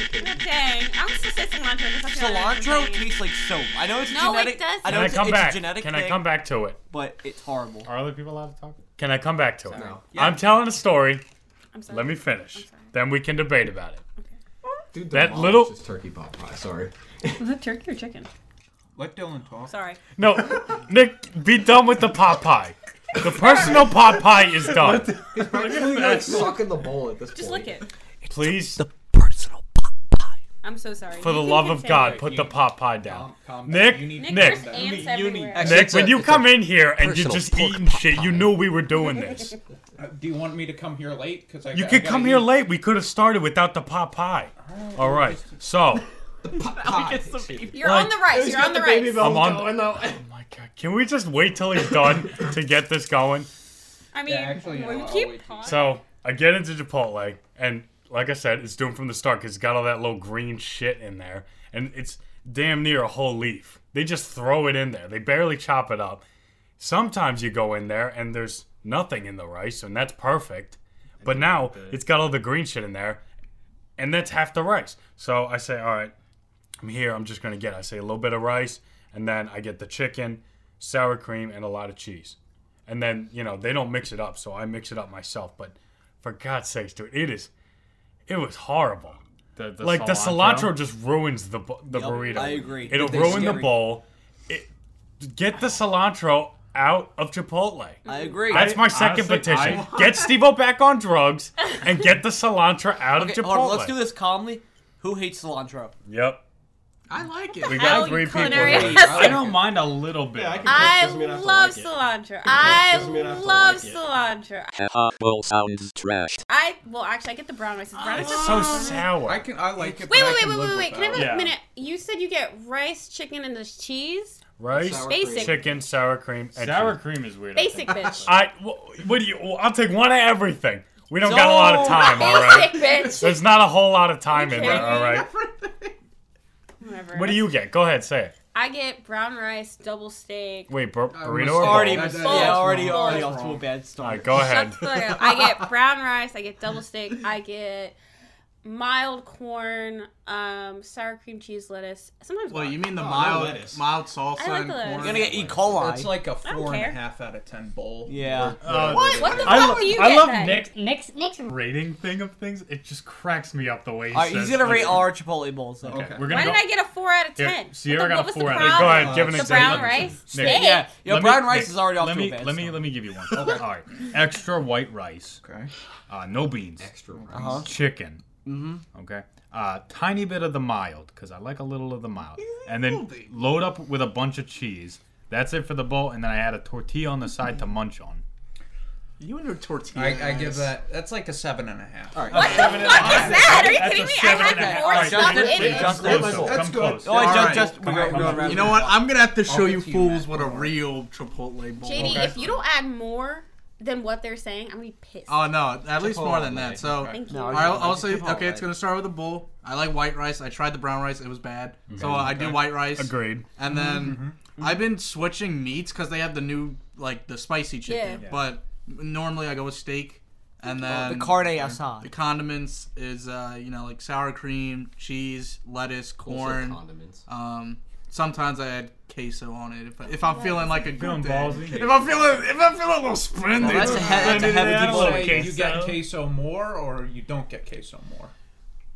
Speaker 3: Dang, I'm supposed to say cilantro. 'cause I feel
Speaker 1: cilantro
Speaker 3: like everybody-
Speaker 1: tastes like soap. I know it's a
Speaker 3: No, it
Speaker 1: genetic.
Speaker 3: doesn't.
Speaker 1: I know
Speaker 2: Can I
Speaker 1: it's, a-
Speaker 2: come
Speaker 1: it's
Speaker 2: back?
Speaker 1: a genetic
Speaker 2: Can
Speaker 1: thing,
Speaker 2: I come back to it?
Speaker 1: But it's horrible.
Speaker 2: Are other people allowed to talk? Can I come back to it?
Speaker 1: No.
Speaker 2: I'm telling a story.
Speaker 3: I'm sorry.
Speaker 2: Let me finish. Then we can debate about it.
Speaker 9: Dude,
Speaker 2: That
Speaker 9: demolished
Speaker 2: little-
Speaker 9: his turkey pot pie. Sorry.
Speaker 3: Was it turkey or chicken?
Speaker 4: Let Dylan talk.
Speaker 3: Sorry.
Speaker 2: No, Nick, be done with the pot pie. The personal pot pie is done.
Speaker 9: He's probably like sucking the bowl at this
Speaker 3: Just
Speaker 9: point.
Speaker 3: lick it.
Speaker 2: Please,
Speaker 3: I'm so sorry.
Speaker 2: for the
Speaker 3: You
Speaker 2: love
Speaker 3: can
Speaker 2: of God,
Speaker 3: continue.
Speaker 2: put the pot pie down. Nick,
Speaker 3: Nick,
Speaker 2: Nick,
Speaker 3: there's
Speaker 2: Nick,
Speaker 3: ants everywhere.
Speaker 2: when you come in here and you're
Speaker 4: personal
Speaker 2: just eating shit, you knew we were doing this.
Speaker 4: Uh, do you want me to come here late? Cause I
Speaker 2: You
Speaker 4: I
Speaker 2: could
Speaker 4: gotta
Speaker 2: come here
Speaker 4: eat.
Speaker 2: late. We could have started without the pot pie. All right, so
Speaker 3: You're
Speaker 2: Like-
Speaker 3: on the rice. You're on the rice.
Speaker 2: I'm on. Can we just wait till he's done to get this going?
Speaker 3: I mean,
Speaker 4: actually, you
Speaker 3: we
Speaker 4: know what, I'll
Speaker 3: keep.
Speaker 4: wait
Speaker 2: So I get into Chipotle, and like I said, it's doomed from the start because it's got all that little green shit in there, and it's damn near a whole leaf. They just throw it in there. They barely chop it up. Sometimes you go in there and there's nothing in the rice, and that's perfect. But now it's got all the green shit in there, and that's half the rice. So I say, all right, I'm here. I'm just gonna get. I say a little bit of rice, and then I get the chicken, sour cream, and a lot of cheese. And then you know they don't mix it up, so I mix it up myself. But for God's sakes, dude, it is, it was horrible.
Speaker 7: the
Speaker 2: like the
Speaker 7: cilantro?
Speaker 2: cilantro just ruins the bu- the
Speaker 1: Yup,
Speaker 2: burrito.
Speaker 1: I agree.
Speaker 2: It'll
Speaker 1: It tastes
Speaker 2: ruin the
Speaker 1: scary.
Speaker 2: bowl. It, get the cilantro out of Chipotle.
Speaker 1: I agree.
Speaker 2: That's my
Speaker 1: I-
Speaker 2: second
Speaker 1: honestly,
Speaker 2: petition.
Speaker 1: I-
Speaker 2: Get Stevo back on drugs and get the cilantro out
Speaker 1: Okay,
Speaker 2: of Chipotle.
Speaker 1: hold on, let's do this calmly. Who hates cilantro?
Speaker 2: Yep.
Speaker 6: I like it.
Speaker 2: We got three people.
Speaker 3: culinary
Speaker 2: here. I don't mind a little bit.
Speaker 3: I love cilantro. I
Speaker 2: doesn't mean I have to
Speaker 3: love
Speaker 2: like it.
Speaker 3: cilantro.
Speaker 8: Haha, bowl sounds trashed.
Speaker 3: I well, actually, I get the brown rice. It's brown rice.
Speaker 8: so sour.
Speaker 4: I can. I like it.
Speaker 3: Wait,
Speaker 4: but I
Speaker 3: wait, wait,
Speaker 4: can
Speaker 3: wait,
Speaker 4: live
Speaker 3: wait, wait. Can I have a
Speaker 2: without it.
Speaker 3: minute? You said you get rice, chicken, and the cheese.
Speaker 2: Rice,
Speaker 3: Sour cream. Basic.
Speaker 2: chicken, sour cream, and
Speaker 7: Sour
Speaker 2: cream is weird.
Speaker 3: Basic bitch.
Speaker 2: I wh- what do you? well, I'll take one of everything. We don't got a lot of time. All right.
Speaker 3: Basic bitch.
Speaker 2: There's not a whole lot of time in there.
Speaker 3: kidding
Speaker 2: All
Speaker 3: me?
Speaker 2: right.
Speaker 3: Whatever.
Speaker 2: What do you get? Go ahead, say it.
Speaker 3: I get brown rice, double steak.
Speaker 2: Wait, bur- burrito
Speaker 1: It's
Speaker 2: or
Speaker 1: already,
Speaker 2: bowl?
Speaker 1: Uh, yeah, already, already
Speaker 2: All
Speaker 1: off to a bad start.
Speaker 2: right, go ahead.
Speaker 3: Shut the fuck up. I get brown rice. I get double steak. I get mild corn, um, sour cream cheese, lettuce. Sometimes.
Speaker 6: Well, you mean the
Speaker 3: Oh, no
Speaker 6: mild
Speaker 3: lettuce.
Speaker 6: mild salsa
Speaker 3: I like
Speaker 6: and
Speaker 3: the lettuce.
Speaker 6: corn?
Speaker 3: You're gonna get E. coli.
Speaker 4: It's like a
Speaker 3: I don't
Speaker 4: four and a
Speaker 3: care.
Speaker 4: half out of ten bowl.
Speaker 1: Yeah.
Speaker 4: Or
Speaker 2: Uh,
Speaker 4: whatever it
Speaker 3: What the
Speaker 4: is.
Speaker 3: fuck
Speaker 2: I
Speaker 3: were you
Speaker 2: I
Speaker 3: getting
Speaker 2: love
Speaker 3: at?
Speaker 2: Nick's,
Speaker 3: Nick's- Nick's-
Speaker 2: rating thing of things. It just cracks me up the way he
Speaker 1: All right,
Speaker 2: says.
Speaker 1: he's gonna rate
Speaker 2: like-
Speaker 1: all our Chipotle bowls. Though.
Speaker 2: Okay, we're gonna
Speaker 3: Why
Speaker 2: go,
Speaker 3: did I get a four out of
Speaker 2: Here,
Speaker 3: ten?
Speaker 2: Sierra
Speaker 3: What
Speaker 2: got
Speaker 3: the-
Speaker 2: a
Speaker 3: what was
Speaker 2: four
Speaker 3: the
Speaker 2: out of-
Speaker 3: problem?
Speaker 2: go ahead, give an
Speaker 3: the
Speaker 2: example.
Speaker 3: Brown rice.
Speaker 2: Nick.
Speaker 3: Steak.
Speaker 1: Yeah, yo,
Speaker 7: Let me-
Speaker 1: brown rice
Speaker 7: Nick,
Speaker 1: is already off
Speaker 7: let
Speaker 1: to
Speaker 7: me,
Speaker 1: a bad
Speaker 7: Let me let me give you one. All right, extra white rice.
Speaker 4: Okay.
Speaker 7: Uh, no beans. Extra
Speaker 1: rice. Uh-huh.
Speaker 7: Chicken.
Speaker 1: Mhm.
Speaker 7: Okay. Uh, tiny bit of the mild because I like a little of the mild, and then load up with a bunch of cheese. That's it for the bowl, and then I add a tortilla on the side to munch on.
Speaker 6: You and your tortilla.
Speaker 4: I, I give that. That's like a seven and a half. All
Speaker 1: right.
Speaker 3: What the fuck is that? Are you kidding me? I had four stuff in it.
Speaker 6: That's good.
Speaker 7: close.
Speaker 6: Oh,
Speaker 7: All
Speaker 6: I just-
Speaker 7: right.
Speaker 6: just-
Speaker 7: Come
Speaker 6: we're
Speaker 7: on,
Speaker 6: going
Speaker 7: come on.
Speaker 6: You know what? I'm gonna have to show
Speaker 7: I'll
Speaker 6: you
Speaker 7: get you,
Speaker 6: fools what a real Chipotle bowl.
Speaker 3: JD, if you don't add more than what they're saying, I'm gonna be pissed.
Speaker 6: Oh no! At least more than
Speaker 3: Chipotle.
Speaker 6: that. So,
Speaker 3: Thank you.
Speaker 6: all right, I'll, I'll say okay. It's gonna start with a bowl. I like white rice. I tried the brown rice; it was bad. So
Speaker 7: Okay.
Speaker 6: I do
Speaker 7: Okay.
Speaker 6: white rice.
Speaker 7: Agreed.
Speaker 6: And then
Speaker 7: Mhm.
Speaker 6: I've been switching meats because they have the new like the spicy chicken.
Speaker 1: Yeah. Oh,
Speaker 6: But normally I go with steak, and then
Speaker 1: the carne asada.
Speaker 6: The condiments is uh, you know like sour cream, cheese, lettuce, corn.
Speaker 9: condiments.
Speaker 6: Um, sometimes I add queso on it if, I, if I'm
Speaker 7: Yeah,
Speaker 6: feeling like a
Speaker 7: feeling
Speaker 6: good day.
Speaker 7: ballsy.
Speaker 6: If I'm feeling if I'm feeling a little splendid.
Speaker 1: Well, that's a he- that's a heavy
Speaker 4: I'd
Speaker 1: deep
Speaker 4: say
Speaker 1: bowl.
Speaker 4: you get queso more, or you don't get queso more.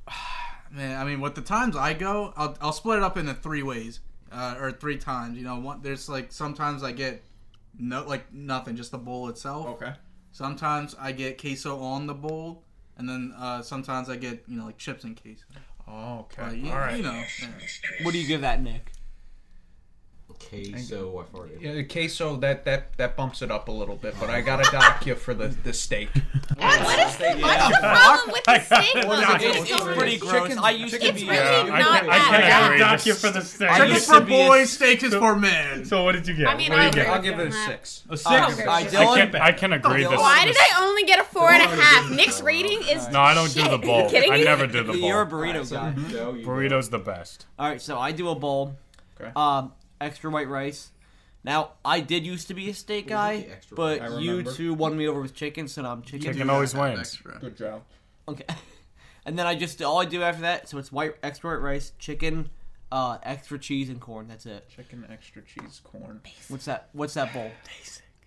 Speaker 6: Man, I mean, with the times I go, I'll, I'll split it up into three ways, uh, or three times. You know, one, there's like sometimes I get no like nothing, just the bowl itself.
Speaker 4: Okay.
Speaker 6: Sometimes I get queso on the bowl, and then uh, sometimes I get you know like chips and queso.
Speaker 4: Oh, okay.
Speaker 6: you,
Speaker 4: All right.
Speaker 6: you know. yeah.
Speaker 1: What do you give that, Nick?
Speaker 9: Queso, I farted.
Speaker 4: Yeah, the queso that that that bumps it up a little bit, but I gotta dock you for the the steak.
Speaker 3: What is the
Speaker 4: Yeah.
Speaker 3: fucking problem with the steak?
Speaker 4: Well,
Speaker 3: though?
Speaker 4: no,
Speaker 3: It's
Speaker 4: it's-
Speaker 3: so
Speaker 4: it's
Speaker 1: pretty
Speaker 3: gross.
Speaker 1: gross. I used to
Speaker 3: It's
Speaker 1: be.
Speaker 3: really
Speaker 2: uh,
Speaker 3: not
Speaker 7: I
Speaker 3: that
Speaker 7: can't
Speaker 3: bad.
Speaker 7: rate this. I
Speaker 6: Chicken's
Speaker 7: used to
Speaker 6: for
Speaker 7: be a-
Speaker 6: boys, steak is for men.
Speaker 7: So what did you get?
Speaker 3: I mean,
Speaker 7: What do
Speaker 3: I'll
Speaker 7: you get?
Speaker 3: agree I'll give with it a you on that. six.
Speaker 7: A
Speaker 3: I'll
Speaker 7: six.
Speaker 3: agree with
Speaker 7: Oh, I,
Speaker 3: you on
Speaker 7: can, I can agree. This,
Speaker 3: Why did
Speaker 7: this-
Speaker 3: I only get a four and a half? Nick's rating is
Speaker 7: No, I don't
Speaker 3: shit.
Speaker 7: do the bowl.
Speaker 3: You kidding
Speaker 7: I
Speaker 3: me?
Speaker 7: never do the bowl.
Speaker 1: You're a burrito guy.
Speaker 7: Burrito's the best.
Speaker 1: All right, so I do a bowl.
Speaker 4: Okay.
Speaker 1: Um, extra white rice. Now I did used to be a steak guy,
Speaker 4: I
Speaker 1: but you
Speaker 4: remember.
Speaker 1: two won me over with chicken, so now I'm chicken.
Speaker 7: Chicken always wins.
Speaker 4: Good job.
Speaker 1: Okay. And then I just all I do after that, so it's white extra white rice, chicken, uh, extra cheese and corn. That's it.
Speaker 4: Chicken, extra cheese, corn.
Speaker 1: What's that? What's that bowl?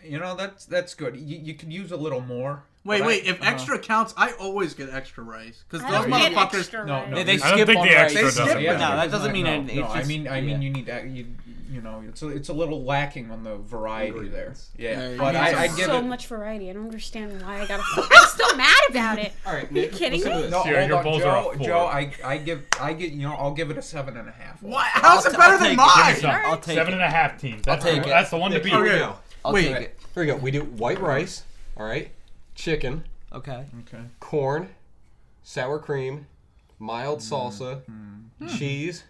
Speaker 4: You know that's that's good. You, you could use a little more. but I-
Speaker 6: Wait,
Speaker 4: uh-huh.
Speaker 6: wait. If extra counts, I always get extra rice because
Speaker 4: I
Speaker 6: those
Speaker 4: don't get
Speaker 6: motherfuckers.
Speaker 4: extra No, rice. no,
Speaker 1: They, they
Speaker 4: I
Speaker 1: skip
Speaker 4: don't think
Speaker 1: on
Speaker 4: the
Speaker 1: rice.
Speaker 4: extra They doesn't skip
Speaker 1: No,
Speaker 4: it.
Speaker 1: that doesn't mean
Speaker 4: no,
Speaker 1: anything.
Speaker 4: No,
Speaker 1: it's just,
Speaker 4: I mean, I mean,
Speaker 1: yeah.
Speaker 4: you need that. You, you know, it's a, it's a little lacking on the variety there. Yeah,
Speaker 6: Yeah,
Speaker 4: but
Speaker 6: you need
Speaker 4: I, I
Speaker 6: some-
Speaker 4: give
Speaker 3: so
Speaker 4: it.
Speaker 3: much variety. I don't understand why I got a four. I'm still mad about it.
Speaker 9: All right,
Speaker 3: Are you
Speaker 9: Nick,
Speaker 3: kidding
Speaker 9: listen to
Speaker 3: me?
Speaker 9: this.
Speaker 4: No,
Speaker 7: Sierra,
Speaker 4: hold
Speaker 7: your
Speaker 4: on,
Speaker 7: balls
Speaker 4: Joe.
Speaker 7: are off four.
Speaker 4: Joe, I, I give, I get, you know, I'll give it a seven and a half.
Speaker 6: What? How's it
Speaker 1: t-
Speaker 6: better
Speaker 1: I'll
Speaker 6: than
Speaker 1: take it.
Speaker 6: mine?
Speaker 1: Give me some. I'll take
Speaker 7: Seven
Speaker 1: it.
Speaker 7: and a half teams. That's,
Speaker 1: take
Speaker 7: the,
Speaker 1: it.
Speaker 7: that's the one to
Speaker 9: Nick,
Speaker 7: beat.
Speaker 9: Here we
Speaker 6: Okay.
Speaker 9: go.
Speaker 1: I'll
Speaker 6: Wait.
Speaker 1: take it.
Speaker 9: Here we go. We do white rice. All right. Chicken,
Speaker 1: Okay.
Speaker 4: Okay.
Speaker 9: corn, sour cream, mild salsa,
Speaker 1: Hmm.
Speaker 9: cheese,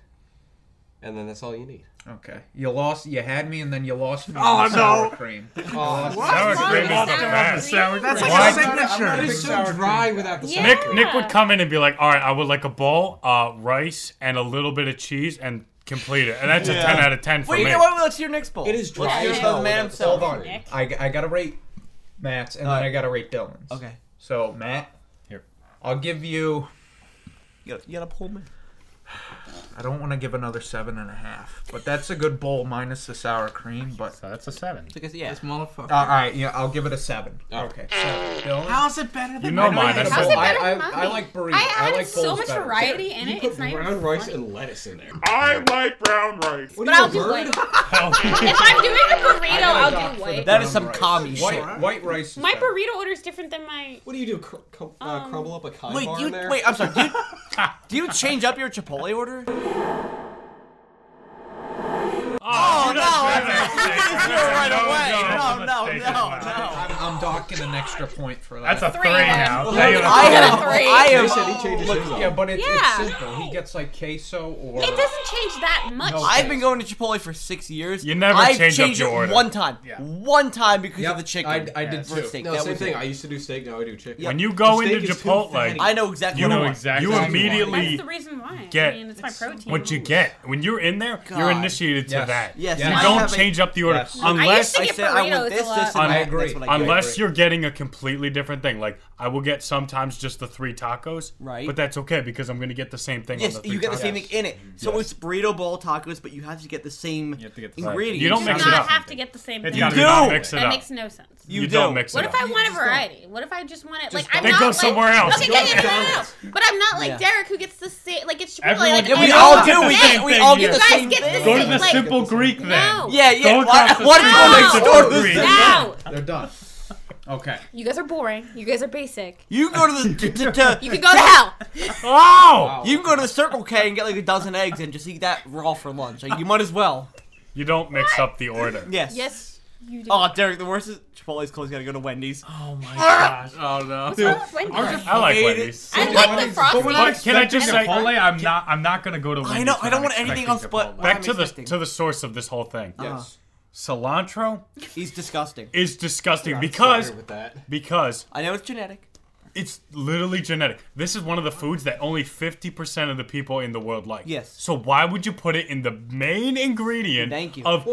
Speaker 9: and then that's all you need.
Speaker 4: Okay. You lost. You had me, and then you lost me.
Speaker 6: Oh,
Speaker 4: on the sour
Speaker 6: no.
Speaker 4: cream.
Speaker 7: Sour
Speaker 3: Why
Speaker 7: cream
Speaker 3: is
Speaker 7: is the
Speaker 3: that
Speaker 7: best.
Speaker 3: sour cream?
Speaker 6: That's like
Speaker 7: Why-
Speaker 6: a signature.
Speaker 9: It is so dry without the
Speaker 3: Yeah.
Speaker 9: sour
Speaker 7: Nick, Nick would come in and be like, "All right, I would like a bowl, uh, rice, and a little bit of cheese, and complete it." And that's a ten out of ten for
Speaker 1: Wait, you
Speaker 7: me.
Speaker 1: know what? Let's hear Nick's bowl.
Speaker 9: It is dry
Speaker 1: Let's hear
Speaker 9: as
Speaker 1: the
Speaker 9: hell
Speaker 1: man
Speaker 9: without the
Speaker 1: himself.
Speaker 9: sour cream.
Speaker 3: Nick.
Speaker 4: I, I gotta rate Matt's, and then I gotta rate Dylan's.
Speaker 1: Okay.
Speaker 4: So Matt,
Speaker 7: Uh, Here.
Speaker 4: I'll give you.
Speaker 1: You gotta, you gotta pull me.
Speaker 4: I don't want to give another seven and a half, but that's a good bowl minus the sour cream. But Uh,
Speaker 7: So that's a seven.
Speaker 1: Because yeah.
Speaker 6: This motherfucker.
Speaker 4: all right, yeah, I'll give it a seven. Okay. Seven. Dylan.
Speaker 6: How's it better than
Speaker 7: You know
Speaker 6: mine?
Speaker 7: mine.
Speaker 4: I
Speaker 7: That's
Speaker 4: know you
Speaker 7: the
Speaker 4: had a bowl.
Speaker 3: better
Speaker 4: I,
Speaker 3: than
Speaker 4: I,
Speaker 3: mine?
Speaker 4: I like burrito.
Speaker 3: I
Speaker 4: I,
Speaker 3: added
Speaker 4: like
Speaker 3: so
Speaker 4: bowls
Speaker 3: much
Speaker 4: better.
Speaker 3: variety in
Speaker 9: You
Speaker 3: it.
Speaker 9: put
Speaker 3: It's not even
Speaker 9: brown rice
Speaker 3: funny.
Speaker 9: and lettuce in there.
Speaker 5: I like brown rice.
Speaker 9: What
Speaker 3: But
Speaker 9: are you,
Speaker 3: I'll
Speaker 9: a
Speaker 3: do
Speaker 9: bird?
Speaker 3: white. if I'm doing a burrito, I'll do white.
Speaker 1: That is some commie shit.
Speaker 4: White, white rice. Is
Speaker 3: My
Speaker 4: better.
Speaker 3: burrito order is different than my.
Speaker 9: What do you do? Cr- cr- uh,
Speaker 3: Um,
Speaker 9: crumble up a kind
Speaker 1: Wait,
Speaker 9: bar
Speaker 1: you
Speaker 9: in there?
Speaker 1: wait. I'm sorry. Do you, do you change up your Chipotle order?
Speaker 7: Oh,
Speaker 1: no, that's- that's zero right away. No, no, no,
Speaker 4: I'm, I'm docking an extra point for that.
Speaker 7: That's a three
Speaker 3: Three.
Speaker 7: now.
Speaker 3: Well,
Speaker 7: Now you
Speaker 1: I
Speaker 7: have a
Speaker 1: have.
Speaker 7: three.
Speaker 3: Three.
Speaker 1: I
Speaker 9: They said
Speaker 1: have.
Speaker 9: he changes his
Speaker 4: yeah, but it's,
Speaker 3: Yeah.
Speaker 4: it's simple. He gets like queso or.
Speaker 3: It doesn't change that much.
Speaker 4: No,
Speaker 1: I've been going to Chipotle for six years.
Speaker 7: You never
Speaker 1: I've
Speaker 7: change up
Speaker 1: changed
Speaker 7: your
Speaker 1: it
Speaker 7: order.
Speaker 1: one time.
Speaker 7: Yeah.
Speaker 1: One time because
Speaker 4: Yep,
Speaker 1: of the chicken.
Speaker 4: I- I did
Speaker 1: for
Speaker 4: too.
Speaker 1: steak.
Speaker 9: No,
Speaker 1: that
Speaker 9: same
Speaker 1: was
Speaker 9: thing.
Speaker 1: It.
Speaker 9: I used to do steak. Now I do chicken.
Speaker 7: When you go
Speaker 9: The steak
Speaker 7: into
Speaker 9: is too
Speaker 7: Chipotle,
Speaker 9: fatty.
Speaker 1: I know exactly
Speaker 7: you
Speaker 1: what I
Speaker 7: know
Speaker 1: want.
Speaker 7: exactly.
Speaker 1: You
Speaker 7: what
Speaker 3: That's
Speaker 7: immediately
Speaker 3: the reason why.
Speaker 7: get-
Speaker 3: I mean, it's my protein.
Speaker 7: what you get when you're in there, you're
Speaker 1: God.
Speaker 7: initiated to
Speaker 4: Yes.
Speaker 7: that.
Speaker 1: Yes,
Speaker 7: you
Speaker 1: I
Speaker 7: don't
Speaker 1: have a-
Speaker 7: change up the order
Speaker 4: Yes.
Speaker 3: I used
Speaker 7: unless
Speaker 3: to get
Speaker 1: said I
Speaker 3: burritos
Speaker 1: want this,
Speaker 3: a lot.
Speaker 1: this, and
Speaker 7: I
Speaker 1: that.
Speaker 4: agree.
Speaker 1: That's what I get.
Speaker 7: unless you're
Speaker 2: getting a completely different thing. Like I will get sometimes just the three tacos,
Speaker 1: Right.
Speaker 2: But that's okay because I'm gonna get the same thing.
Speaker 1: Yes,
Speaker 2: on the three
Speaker 1: you get the same
Speaker 2: tacos.
Speaker 1: thing in it. So
Speaker 2: Yes.
Speaker 1: it's burrito bowl tacos, but you have to get the same
Speaker 2: same.
Speaker 1: ingredients.
Speaker 2: You don't
Speaker 3: You do
Speaker 2: mix
Speaker 3: not
Speaker 2: it up.
Speaker 3: have to get the same
Speaker 2: It's
Speaker 3: thing.
Speaker 2: gotta be not mix it
Speaker 3: that
Speaker 2: up.
Speaker 3: makes no sense.
Speaker 2: You You don't don't. mix it
Speaker 3: What
Speaker 2: up.
Speaker 3: if I want a variety? What if I just want it? Like
Speaker 2: don't.
Speaker 3: I'm
Speaker 2: Then
Speaker 3: not
Speaker 2: go
Speaker 3: like,
Speaker 2: somewhere else.
Speaker 3: Okay,
Speaker 2: Go
Speaker 3: yeah, yeah, no,
Speaker 2: somewhere
Speaker 3: no, no,
Speaker 2: else.
Speaker 3: no. But I'm not like
Speaker 2: Yeah.
Speaker 3: Derek who gets the same. Like it's Chipotle.
Speaker 2: Everyone
Speaker 3: like,
Speaker 2: gets
Speaker 1: we
Speaker 3: everyone
Speaker 1: all
Speaker 3: gets
Speaker 1: do.
Speaker 3: the
Speaker 1: We
Speaker 3: same
Speaker 1: get- we
Speaker 3: thing
Speaker 1: all get the
Speaker 3: You guys
Speaker 1: same
Speaker 3: get the
Speaker 1: thing.
Speaker 7: Go to
Speaker 3: same,
Speaker 7: the
Speaker 3: like-
Speaker 7: simple Greek
Speaker 3: No.
Speaker 7: then.
Speaker 1: Yeah, yeah,
Speaker 7: Go
Speaker 1: why-
Speaker 7: across the
Speaker 1: why did you
Speaker 7: street.
Speaker 1: make the
Speaker 7: Go
Speaker 1: door
Speaker 7: to
Speaker 1: green?
Speaker 7: Greek.
Speaker 3: No.
Speaker 4: They're done. Okay.
Speaker 3: You guys are boring. You guys are basic.
Speaker 1: You can go to the. To, to,
Speaker 3: You can go to hell.
Speaker 2: Oh!
Speaker 1: You can go to the Circle K and get like a dozen eggs and just eat that raw for lunch. Like you might as well.
Speaker 2: You don't mix up the order.
Speaker 1: Yes.
Speaker 3: Yes, you do.
Speaker 1: Oh, Derek, the worst is Chipotle's closed. Gotta go to Wendy's.
Speaker 2: Oh my
Speaker 1: gosh.
Speaker 6: Oh no.
Speaker 3: Dude, What's wrong with Wendy's?
Speaker 2: I like
Speaker 1: Hate
Speaker 2: Wendy's.
Speaker 3: I like the frosting.
Speaker 2: But can I just say,
Speaker 7: Chipotle? I'm not. I'm not gonna go to. Wendy's
Speaker 1: know, I
Speaker 7: when
Speaker 1: don't
Speaker 7: I'm
Speaker 1: want anything
Speaker 7: expecting
Speaker 1: else but-
Speaker 7: Chipotle.
Speaker 1: What
Speaker 2: back
Speaker 1: I'm
Speaker 2: to the
Speaker 1: expecting.
Speaker 2: to the source of this whole thing?
Speaker 1: Yes.
Speaker 2: Cilantro
Speaker 1: He's disgusting.
Speaker 2: is disgusting
Speaker 9: I'm
Speaker 2: because
Speaker 9: sorry with that.
Speaker 2: because
Speaker 1: I know it's genetic.
Speaker 2: It's literally genetic. This is one of the foods that only 50% of the people in the world like.
Speaker 1: Yes.
Speaker 2: So why would you put it in the main ingredient
Speaker 1: Thank you.
Speaker 2: of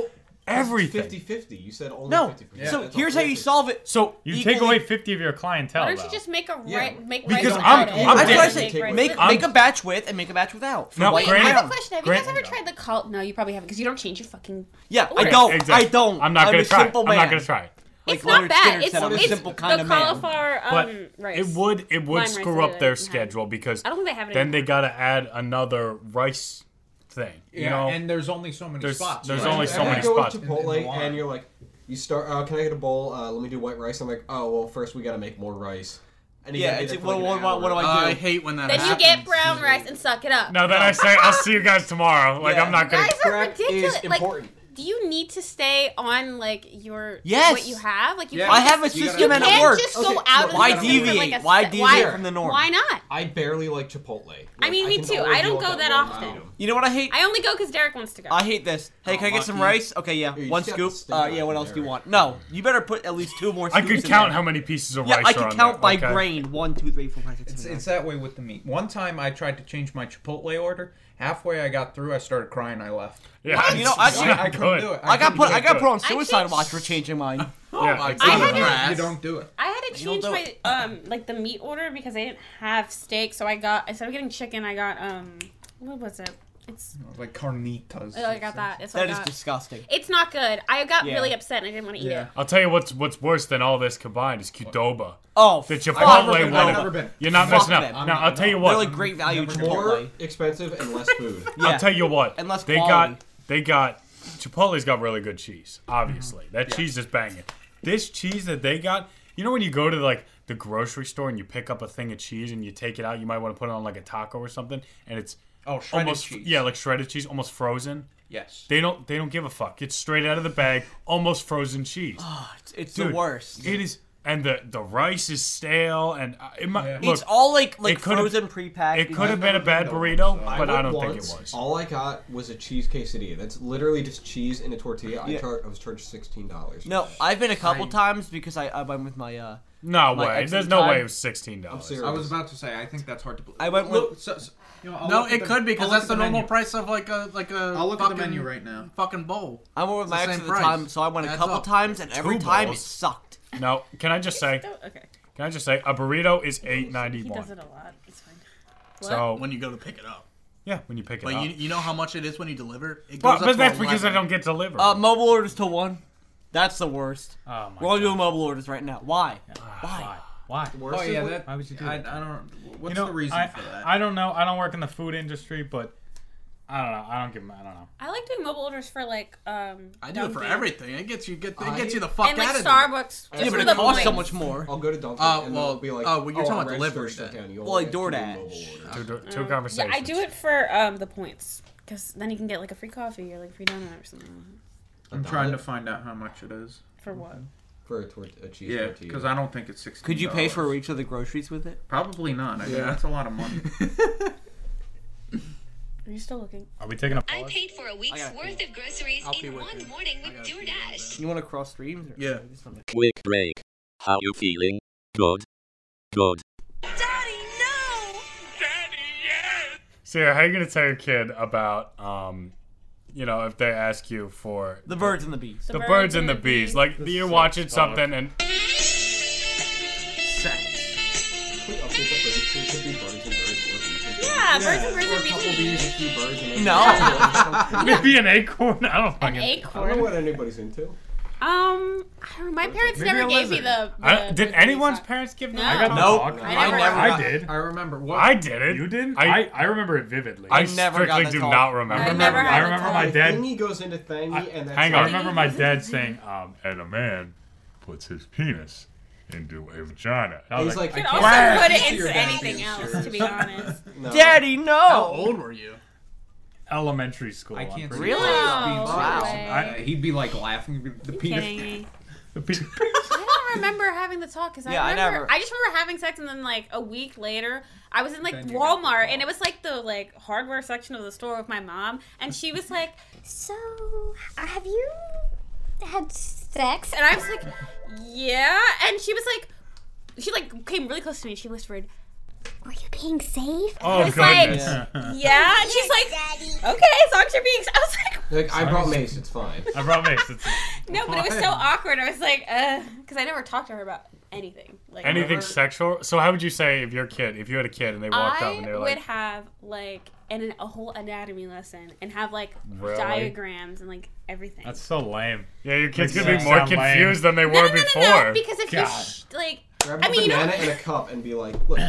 Speaker 2: everything?
Speaker 9: 50 You said only
Speaker 1: No.
Speaker 9: 50%.
Speaker 1: so
Speaker 9: That's
Speaker 1: here's
Speaker 9: all
Speaker 1: how you
Speaker 9: bullshit.
Speaker 1: solve it.
Speaker 2: So you take away 50 of your clientele.
Speaker 3: Why don't you
Speaker 2: though.
Speaker 3: just make a
Speaker 9: Yeah.
Speaker 3: right? Make
Speaker 2: Because
Speaker 3: rice
Speaker 2: I'm-
Speaker 3: without it.
Speaker 2: I'm
Speaker 1: That's what I
Speaker 2: dead.
Speaker 1: say.
Speaker 3: Make rice
Speaker 1: Make
Speaker 3: with-
Speaker 1: make a batch with and make a batch without. For
Speaker 2: No,
Speaker 1: white
Speaker 3: Wait, I
Speaker 1: and
Speaker 3: have a
Speaker 2: Grant-
Speaker 3: question. Have
Speaker 2: Grant-
Speaker 3: you guys ever tried the cult? No, you probably haven't because you don't change your fucking.
Speaker 1: Yeah, I
Speaker 3: order.
Speaker 1: don't.
Speaker 2: Exactly.
Speaker 1: I don't.
Speaker 2: I'm not
Speaker 1: I'm
Speaker 2: gonna
Speaker 1: a
Speaker 2: try.
Speaker 1: simple
Speaker 2: it. I'm not
Speaker 1: man.
Speaker 2: gonna try. it.
Speaker 3: It's
Speaker 1: Leonard
Speaker 3: not bad.
Speaker 1: Skinner
Speaker 3: It's,
Speaker 1: said, I'm a
Speaker 3: it's
Speaker 1: simple
Speaker 3: the
Speaker 1: kind of man.
Speaker 3: cauliflower
Speaker 2: But
Speaker 3: um, rice.
Speaker 2: it would it would
Speaker 3: Lime rice
Speaker 2: screw
Speaker 3: that
Speaker 2: up
Speaker 3: they
Speaker 2: their
Speaker 3: don't have.
Speaker 2: schedule because
Speaker 3: I don't think they have it
Speaker 2: then they
Speaker 3: anymore.
Speaker 2: gotta add another rice thing.
Speaker 4: Yeah,
Speaker 2: You know,
Speaker 4: and there's only so many
Speaker 2: There's-
Speaker 4: spots.
Speaker 2: there's
Speaker 4: right?
Speaker 2: only so
Speaker 9: If
Speaker 2: many
Speaker 9: you go
Speaker 2: spots.
Speaker 9: to
Speaker 2: In-
Speaker 4: in the
Speaker 9: Chipotle
Speaker 4: water.
Speaker 9: and you're like, you start. Uh, can I get a bowl? Uh, let me do white rice. I'm like, oh well, first we got to make more rice. And you
Speaker 1: Yeah,
Speaker 9: gotta
Speaker 1: it's
Speaker 9: do that
Speaker 1: like,
Speaker 9: for
Speaker 1: what-
Speaker 9: an
Speaker 1: what- what-
Speaker 9: hour.
Speaker 1: what do
Speaker 6: I hate when that
Speaker 3: Then you
Speaker 6: happens.
Speaker 3: get brown rice and suck it up.
Speaker 2: no, then I say I'll see you guys tomorrow. Like
Speaker 1: Yeah.
Speaker 2: I'm not gonna.
Speaker 3: Guys are
Speaker 9: Prep is
Speaker 3: ridiculous. Like,
Speaker 9: important.
Speaker 3: do you need to stay on like your
Speaker 1: Yes.
Speaker 3: what you have? Like, you
Speaker 4: Yeah.
Speaker 3: can't
Speaker 1: I have a
Speaker 3: just-
Speaker 4: You gotta-
Speaker 1: system and
Speaker 3: you
Speaker 1: it
Speaker 3: can't
Speaker 1: works.
Speaker 3: just
Speaker 9: Okay,
Speaker 3: go out. of
Speaker 1: why
Speaker 3: the system for,
Speaker 1: deviate?
Speaker 3: like, a
Speaker 1: Why
Speaker 3: set-
Speaker 1: deviate from the norm?
Speaker 3: Why not?
Speaker 9: I barely like Chipotle. Like,
Speaker 3: I mean, me
Speaker 9: can
Speaker 3: too.
Speaker 9: only
Speaker 3: I don't
Speaker 9: deal
Speaker 3: go
Speaker 9: with
Speaker 3: that
Speaker 9: one
Speaker 3: often.
Speaker 9: item.
Speaker 1: You know what I hate?
Speaker 3: I only go because Derek wants to go.
Speaker 1: I hate this. Hey, can I get some
Speaker 6: lucky.
Speaker 1: rice? Okay, yeah,
Speaker 9: you
Speaker 1: one
Speaker 9: just got
Speaker 1: scoop.
Speaker 9: the steak
Speaker 1: Uh, yeah,
Speaker 9: on
Speaker 1: what
Speaker 9: there,
Speaker 1: else do you
Speaker 9: right?
Speaker 1: want? No, you better put at least two more.
Speaker 2: I
Speaker 1: Scoops
Speaker 2: could
Speaker 1: in
Speaker 2: count
Speaker 1: there.
Speaker 2: how many pieces of
Speaker 1: Yeah,
Speaker 2: rice
Speaker 1: I
Speaker 2: are
Speaker 1: could
Speaker 2: on
Speaker 1: count
Speaker 2: there.
Speaker 1: by
Speaker 2: okay.
Speaker 1: grain. One, two, three, four, five, six,
Speaker 4: It's,
Speaker 1: seven,
Speaker 4: it's
Speaker 1: eight.
Speaker 4: that way with the meat. One time I tried to change my Chipotle order. Halfway I got through, I started crying, I left.
Speaker 2: Yeah,
Speaker 1: You know,
Speaker 2: it's
Speaker 1: I-
Speaker 2: not
Speaker 4: I couldn't
Speaker 2: good.
Speaker 4: do it.
Speaker 1: I got
Speaker 4: couldn't
Speaker 1: put.
Speaker 4: do
Speaker 1: I
Speaker 4: it.
Speaker 1: got put on
Speaker 3: I
Speaker 1: suicide
Speaker 3: think-
Speaker 1: watch for changing mine.
Speaker 2: Yeah,
Speaker 6: my
Speaker 2: it's not
Speaker 3: God.
Speaker 2: good.
Speaker 3: I
Speaker 4: You
Speaker 6: had a-
Speaker 4: don't do it.
Speaker 3: I had to
Speaker 1: You don't
Speaker 3: change
Speaker 1: do
Speaker 3: my
Speaker 1: it.
Speaker 3: um like the meat order because I didn't have steak, so I got instead of getting chicken, I got um what was it? It's
Speaker 4: Like carnitas.
Speaker 3: oh, I got that. It's what
Speaker 1: That
Speaker 3: I
Speaker 1: is
Speaker 3: got.
Speaker 1: disgusting.
Speaker 3: It's not good. I got
Speaker 1: Yeah.
Speaker 3: really upset and I didn't want to eat
Speaker 4: Yeah.
Speaker 3: it.
Speaker 2: I'll tell you what's what's worse than all this combined is Qdoba.
Speaker 1: Oh,
Speaker 2: The
Speaker 1: f-
Speaker 4: I've never
Speaker 2: Chipotle
Speaker 4: been.
Speaker 2: one.
Speaker 4: I've
Speaker 2: of-
Speaker 4: never been.
Speaker 2: You're not
Speaker 1: Fuck
Speaker 2: messing up.
Speaker 1: them.
Speaker 2: No, I'll tell you
Speaker 1: they're
Speaker 2: what.
Speaker 1: like great value
Speaker 9: More
Speaker 1: Chipotle.
Speaker 9: expensive and less food.
Speaker 1: Yeah.
Speaker 2: I'll tell you what.
Speaker 1: And less
Speaker 2: they
Speaker 1: quality.
Speaker 2: got they got Chipotle's got really good cheese. Obviously, that cheese is banging. This cheese that they got, you know, when you go to like the grocery store and you pick up a thing of cheese and you take it out, you might want to put it on like a taco or something, and it's
Speaker 4: Oh, shredded
Speaker 2: almost
Speaker 4: cheese.
Speaker 2: yeah, like shredded cheese, almost frozen.
Speaker 4: Yes.
Speaker 2: They don't they don't give a fuck. It's straight out of the bag, almost frozen cheese.
Speaker 1: Ah, It's, it's
Speaker 2: Dude,
Speaker 1: the worst.
Speaker 2: It is, and the the rice is stale, and uh, it might
Speaker 4: Yeah.
Speaker 2: look.
Speaker 1: it's all like
Speaker 2: it
Speaker 1: like
Speaker 2: could've-
Speaker 1: frozen prepackaged.
Speaker 2: it could have been a
Speaker 4: never
Speaker 2: bad
Speaker 4: been to one,
Speaker 2: burrito,
Speaker 4: so
Speaker 2: but I
Speaker 9: went
Speaker 2: don't think it
Speaker 9: once,
Speaker 2: was.
Speaker 9: All I got was a cheese quesadilla. That's literally just cheese in a tortilla. I,
Speaker 1: Yeah.
Speaker 9: char- I was charged sixteen dollars.
Speaker 1: No, I've been a couple times because I I went with my uh.
Speaker 2: No
Speaker 1: My
Speaker 2: way.
Speaker 1: exit
Speaker 2: There's no
Speaker 1: time-
Speaker 2: way it was sixteen dollars.
Speaker 9: serious.
Speaker 4: I was about to say, I think that's hard to believe.
Speaker 1: I went with-
Speaker 4: Look, so, so, you know, I'll
Speaker 6: No,
Speaker 4: look at
Speaker 6: it
Speaker 4: the-
Speaker 6: could be
Speaker 4: I'll
Speaker 6: because
Speaker 4: look
Speaker 6: that's
Speaker 4: at
Speaker 6: the, normal
Speaker 4: menu.
Speaker 6: price of like a like a.
Speaker 4: I'll look at the
Speaker 6: fucking,
Speaker 4: menu right now.
Speaker 6: Fucking bowl.
Speaker 1: I went with
Speaker 6: It's
Speaker 1: my
Speaker 6: the
Speaker 1: ex
Speaker 6: same
Speaker 1: at the
Speaker 6: price.
Speaker 1: time, so I went a
Speaker 6: That's
Speaker 1: couple
Speaker 6: all.
Speaker 1: times, and every time it
Speaker 2: balls.
Speaker 1: sucked.
Speaker 2: No, can I just say?
Speaker 3: Oh, okay.
Speaker 2: Can I just say a burrito is eight ninety
Speaker 3: He does it
Speaker 2: one.
Speaker 3: a lot. It's fine.
Speaker 2: So
Speaker 6: When you go to pick it up,
Speaker 2: yeah, when you pick it
Speaker 6: but
Speaker 2: up.
Speaker 6: you, you know how much it is when you deliver. It
Speaker 2: but
Speaker 6: goes up
Speaker 2: but
Speaker 6: to Um,
Speaker 2: that's because I
Speaker 6: 11.
Speaker 2: don't get delivered.
Speaker 1: Uh, mobile orders to one. That's the worst.
Speaker 7: Oh my
Speaker 1: We're only doing
Speaker 7: God.
Speaker 1: mobile orders right now. Why? Why?
Speaker 7: Why? Why?
Speaker 4: Oh, yeah, that,
Speaker 7: Why would you do
Speaker 4: I,
Speaker 7: that?
Speaker 4: I don't. What's
Speaker 7: You know,
Speaker 4: the reason
Speaker 7: I,
Speaker 4: for that?
Speaker 7: I don't know. I don't work in the food industry, but I don't know. I don't give. a- I don't know.
Speaker 3: I like doing mobile orders for like um
Speaker 6: I do it for
Speaker 3: Dunkin'
Speaker 6: everything. It gets you get it
Speaker 9: I-
Speaker 6: gets you the fuck
Speaker 3: and like
Speaker 6: out of there.
Speaker 3: Starbucks.
Speaker 9: Yeah,
Speaker 3: just
Speaker 1: Yeah,
Speaker 3: for
Speaker 1: but
Speaker 3: the
Speaker 1: it costs so much
Speaker 3: wings.
Speaker 1: more.
Speaker 9: I'll go to Dunkin'
Speaker 6: Uh,
Speaker 9: and
Speaker 6: well,
Speaker 9: they'll be like,
Speaker 6: uh, well, you're
Speaker 9: oh,
Speaker 6: talking
Speaker 9: I'm
Speaker 6: about
Speaker 9: registered,
Speaker 6: delivery
Speaker 9: shut
Speaker 6: then.
Speaker 9: down. You
Speaker 1: Well,
Speaker 9: only have
Speaker 1: like
Speaker 9: two
Speaker 1: DoorDash.
Speaker 9: mobile orders."
Speaker 2: two, two
Speaker 3: Um,
Speaker 2: conversations.
Speaker 3: Yeah, I do it for um the points because then you can get like a free coffee or like free donut or something.
Speaker 4: I'm trying to find out how much it is.
Speaker 3: For what?
Speaker 9: for a, tort- a cheese
Speaker 4: Yeah,
Speaker 9: tortilla.
Speaker 4: because I don't think it's sixteen.
Speaker 1: Could you pay for a reach of the groceries with it?
Speaker 4: Probably not. I mean,
Speaker 6: Yeah.
Speaker 4: that's a lot of money.
Speaker 3: Are you still looking?
Speaker 7: Are we taking a
Speaker 10: I
Speaker 7: pause?
Speaker 10: paid for a week's
Speaker 1: gotta
Speaker 10: worth of groceries
Speaker 6: I'll pee
Speaker 10: in
Speaker 6: with
Speaker 10: one
Speaker 6: you.
Speaker 10: morning
Speaker 6: I
Speaker 10: with
Speaker 6: gotta pee with
Speaker 10: DoorDash.
Speaker 1: You want to cross streams? Or
Speaker 6: Yeah.
Speaker 8: Quick break. How you feeling? Good. Good.
Speaker 10: Daddy, no!
Speaker 2: Sarah, how you gonna tell your kid about um, you know, if they ask you for
Speaker 1: The birds and the bees.
Speaker 2: the birds and the bees? Like you're watching something and
Speaker 9: weekly updates of birds, so it could be birds and birds or bees and bees.
Speaker 3: Yeah, birds and birds
Speaker 9: or
Speaker 3: or
Speaker 9: a
Speaker 3: bees
Speaker 9: couple
Speaker 3: and
Speaker 9: bees and a few birds.
Speaker 2: No.
Speaker 9: And
Speaker 2: Maybe an acorn. I don't
Speaker 3: An
Speaker 2: fucking.
Speaker 3: acorn.
Speaker 9: I don't know what anybody's into.
Speaker 3: Um, I don't know. My parents
Speaker 2: Maybe
Speaker 3: never
Speaker 2: a
Speaker 3: gave me the.
Speaker 2: lizard.
Speaker 3: the
Speaker 2: I, Uh, did anyone's parents give them?
Speaker 3: No.
Speaker 2: I got the
Speaker 1: Nope.
Speaker 2: talk.
Speaker 1: I never got-
Speaker 2: I did.
Speaker 9: I remember.
Speaker 2: I did it.
Speaker 7: You didn't?
Speaker 2: I-
Speaker 7: I, I remember it vividly.
Speaker 2: I I never got strictly the do talk. not remember. I
Speaker 7: I
Speaker 2: never
Speaker 7: remember,
Speaker 2: had the talk.
Speaker 7: my dad.
Speaker 9: Thingy goes into thingy,
Speaker 7: I,
Speaker 9: and that's
Speaker 7: hang on. I
Speaker 9: it.
Speaker 7: remember my dad saying, um, and a man puts his penis into a vagina. I was
Speaker 9: He's like,
Speaker 3: You
Speaker 9: I
Speaker 3: could also put it into anything else, to be honest.
Speaker 1: Daddy, no. How
Speaker 6: old were you?
Speaker 7: Elementary school.
Speaker 4: I
Speaker 7: I'm
Speaker 4: can't
Speaker 7: pretty
Speaker 4: see
Speaker 7: sure.
Speaker 4: Being
Speaker 3: Wow.
Speaker 4: serious.
Speaker 3: Wow.
Speaker 4: I- he'd be like laughing. The
Speaker 3: kidding
Speaker 4: penis.
Speaker 3: me.
Speaker 7: The penis.
Speaker 3: I don't remember having the talk because
Speaker 4: Yeah,
Speaker 3: I
Speaker 4: I
Speaker 3: remember. I,
Speaker 4: never-
Speaker 3: just remember having sex and then like a week later, I was in like
Speaker 4: Then you got
Speaker 3: Walmart and it was like the like hardware section of the store with my mom and she was like, "So, have you had sex?" And I was like, "Yeah," and she was like, she like came really close to me and she whispered. Are you being safe? And I
Speaker 9: Oh,
Speaker 3: was
Speaker 9: goodness.
Speaker 3: like,
Speaker 9: Yeah.
Speaker 3: yeah. And she's like, okay, as long as you're being. s-" I was like,
Speaker 9: Like, I brought mace. It's fine.
Speaker 7: I brought mace. It's
Speaker 3: no, but it was so awkward. I was like, uh, because I never talked to her about anything. Like
Speaker 2: Anything
Speaker 3: never-
Speaker 2: sexual? So how would you say if your kid, if you had a kid and they walked
Speaker 3: I
Speaker 2: up and they were
Speaker 3: would
Speaker 2: like,
Speaker 3: have like an, a whole anatomy lesson and have like
Speaker 2: Really?
Speaker 3: diagrams and like everything.
Speaker 7: That's so lame.
Speaker 2: Yeah, your kids
Speaker 7: Makes
Speaker 2: could be
Speaker 7: it
Speaker 2: more
Speaker 7: sound lame.
Speaker 2: confused than they
Speaker 3: no,
Speaker 2: were
Speaker 3: no, no,
Speaker 2: before.
Speaker 3: no, no, because if
Speaker 2: God.
Speaker 3: you sh- like,
Speaker 9: Grab
Speaker 3: I
Speaker 9: a
Speaker 3: mean, you
Speaker 9: banana
Speaker 3: know-
Speaker 9: in a cup and be like, look.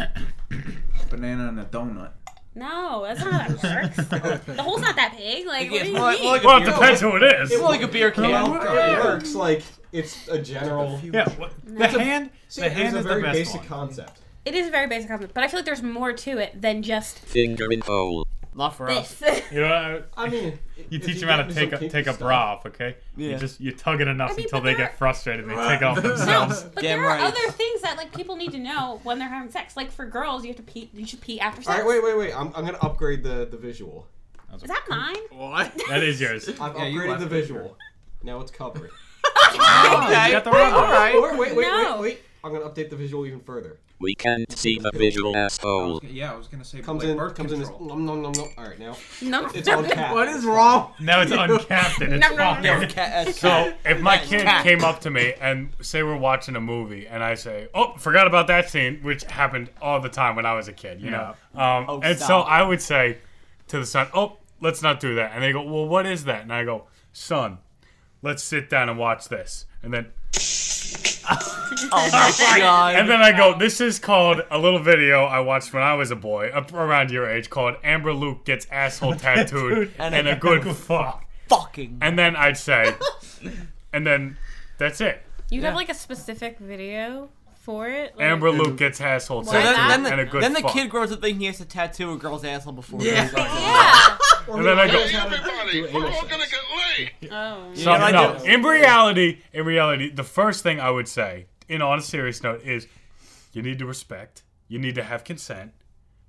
Speaker 4: Banana and a donut.
Speaker 3: no, that's not how that works. the hole's not that big. Like, what do you mean?
Speaker 9: It's
Speaker 1: like a beer can.
Speaker 2: Oh,
Speaker 9: Well,
Speaker 1: Yeah.
Speaker 9: it works. Like it's a general.
Speaker 7: Yeah. What,
Speaker 3: That's
Speaker 7: The
Speaker 3: a-
Speaker 7: hand.
Speaker 9: See,
Speaker 7: the
Speaker 9: it's
Speaker 7: hand
Speaker 9: a
Speaker 7: is
Speaker 9: very
Speaker 7: the best
Speaker 9: basic
Speaker 7: one.
Speaker 9: concept.
Speaker 3: It is a very basic concept, but I feel like there's more to it than just
Speaker 8: Finger in hole.
Speaker 1: Not for
Speaker 3: this.
Speaker 7: You know, I,
Speaker 9: I mean,
Speaker 7: you
Speaker 9: if
Speaker 7: teach
Speaker 9: you
Speaker 7: them how
Speaker 9: get
Speaker 7: to
Speaker 9: into
Speaker 7: take
Speaker 9: some
Speaker 7: a,
Speaker 9: kinky
Speaker 7: take a
Speaker 9: stuff-
Speaker 7: bra off, okay?
Speaker 1: Yeah.
Speaker 7: You just you tug it enough
Speaker 3: I mean,
Speaker 7: until
Speaker 3: but
Speaker 7: they
Speaker 3: there
Speaker 7: get frustrated and they take it off themselves.
Speaker 3: But there are other things that like people need to know when they're having sex. Like for girls, you have to pee. You should pee after
Speaker 9: All
Speaker 3: sex.
Speaker 9: right, wait, wait, wait. I'm, I'm gonna upgrade the the visual.
Speaker 3: Is that mine?
Speaker 6: What?
Speaker 7: That is yours.
Speaker 9: I've
Speaker 7: Yeah, you
Speaker 9: upgraded
Speaker 7: left
Speaker 9: the
Speaker 7: it.
Speaker 9: visual. Now it's covered.
Speaker 1: Ah, okay.
Speaker 8: Oh, got the wrong one.
Speaker 9: All right. Wait, wait, wait,
Speaker 8: No.
Speaker 9: wait, wait. I'm gonna update the visual even further.
Speaker 8: We can't see the visual asshole.
Speaker 4: Yeah, I was gonna say.
Speaker 9: Comes
Speaker 4: like
Speaker 9: in,
Speaker 4: birth
Speaker 9: comes in.
Speaker 4: control.
Speaker 9: This, nom, nom, nom, nom. All right, now.
Speaker 3: No.
Speaker 9: It's uncapped.
Speaker 6: What is wrong?
Speaker 7: Now it's uncapped and it's
Speaker 3: No, no, no,
Speaker 7: fucked.
Speaker 3: no. Ca- uh,
Speaker 2: So if my
Speaker 3: Cat.
Speaker 2: kid
Speaker 3: Cat.
Speaker 2: came up to me and say we're watching a movie and I say, "Oh, forgot about that scene," which happened all the time when I was a kid, you know. Um,
Speaker 1: Oh,
Speaker 2: and so
Speaker 1: stop.
Speaker 2: I would say to the son, "Oh, let's not do that." And they go, "Well, what is that?" And I go, "Son, let's sit down and watch this." And then
Speaker 1: Oh my god.
Speaker 2: And then I go, this is called a little video I watched when I was a boy, up around your age, called Amber Luke Gets Asshole Tattooed and, a Good Fuck.
Speaker 1: Fucking.
Speaker 2: And then I'd say, and then that's it.
Speaker 3: You'd have like a specific video for it. Like,
Speaker 2: Amber Luke Gets Asshole
Speaker 1: So
Speaker 2: Tattooed
Speaker 1: then, then,
Speaker 2: and a
Speaker 1: the,
Speaker 2: Good
Speaker 1: then the
Speaker 2: Fuck.
Speaker 1: kid grows up thinking he has to tattoo a girl's asshole before.
Speaker 2: Yeah.
Speaker 1: he's like-
Speaker 2: and then I go,
Speaker 3: Oh.
Speaker 2: So, no, in reality, in reality, the first thing I would say, in on a serious note, is you need to respect, you need to have consent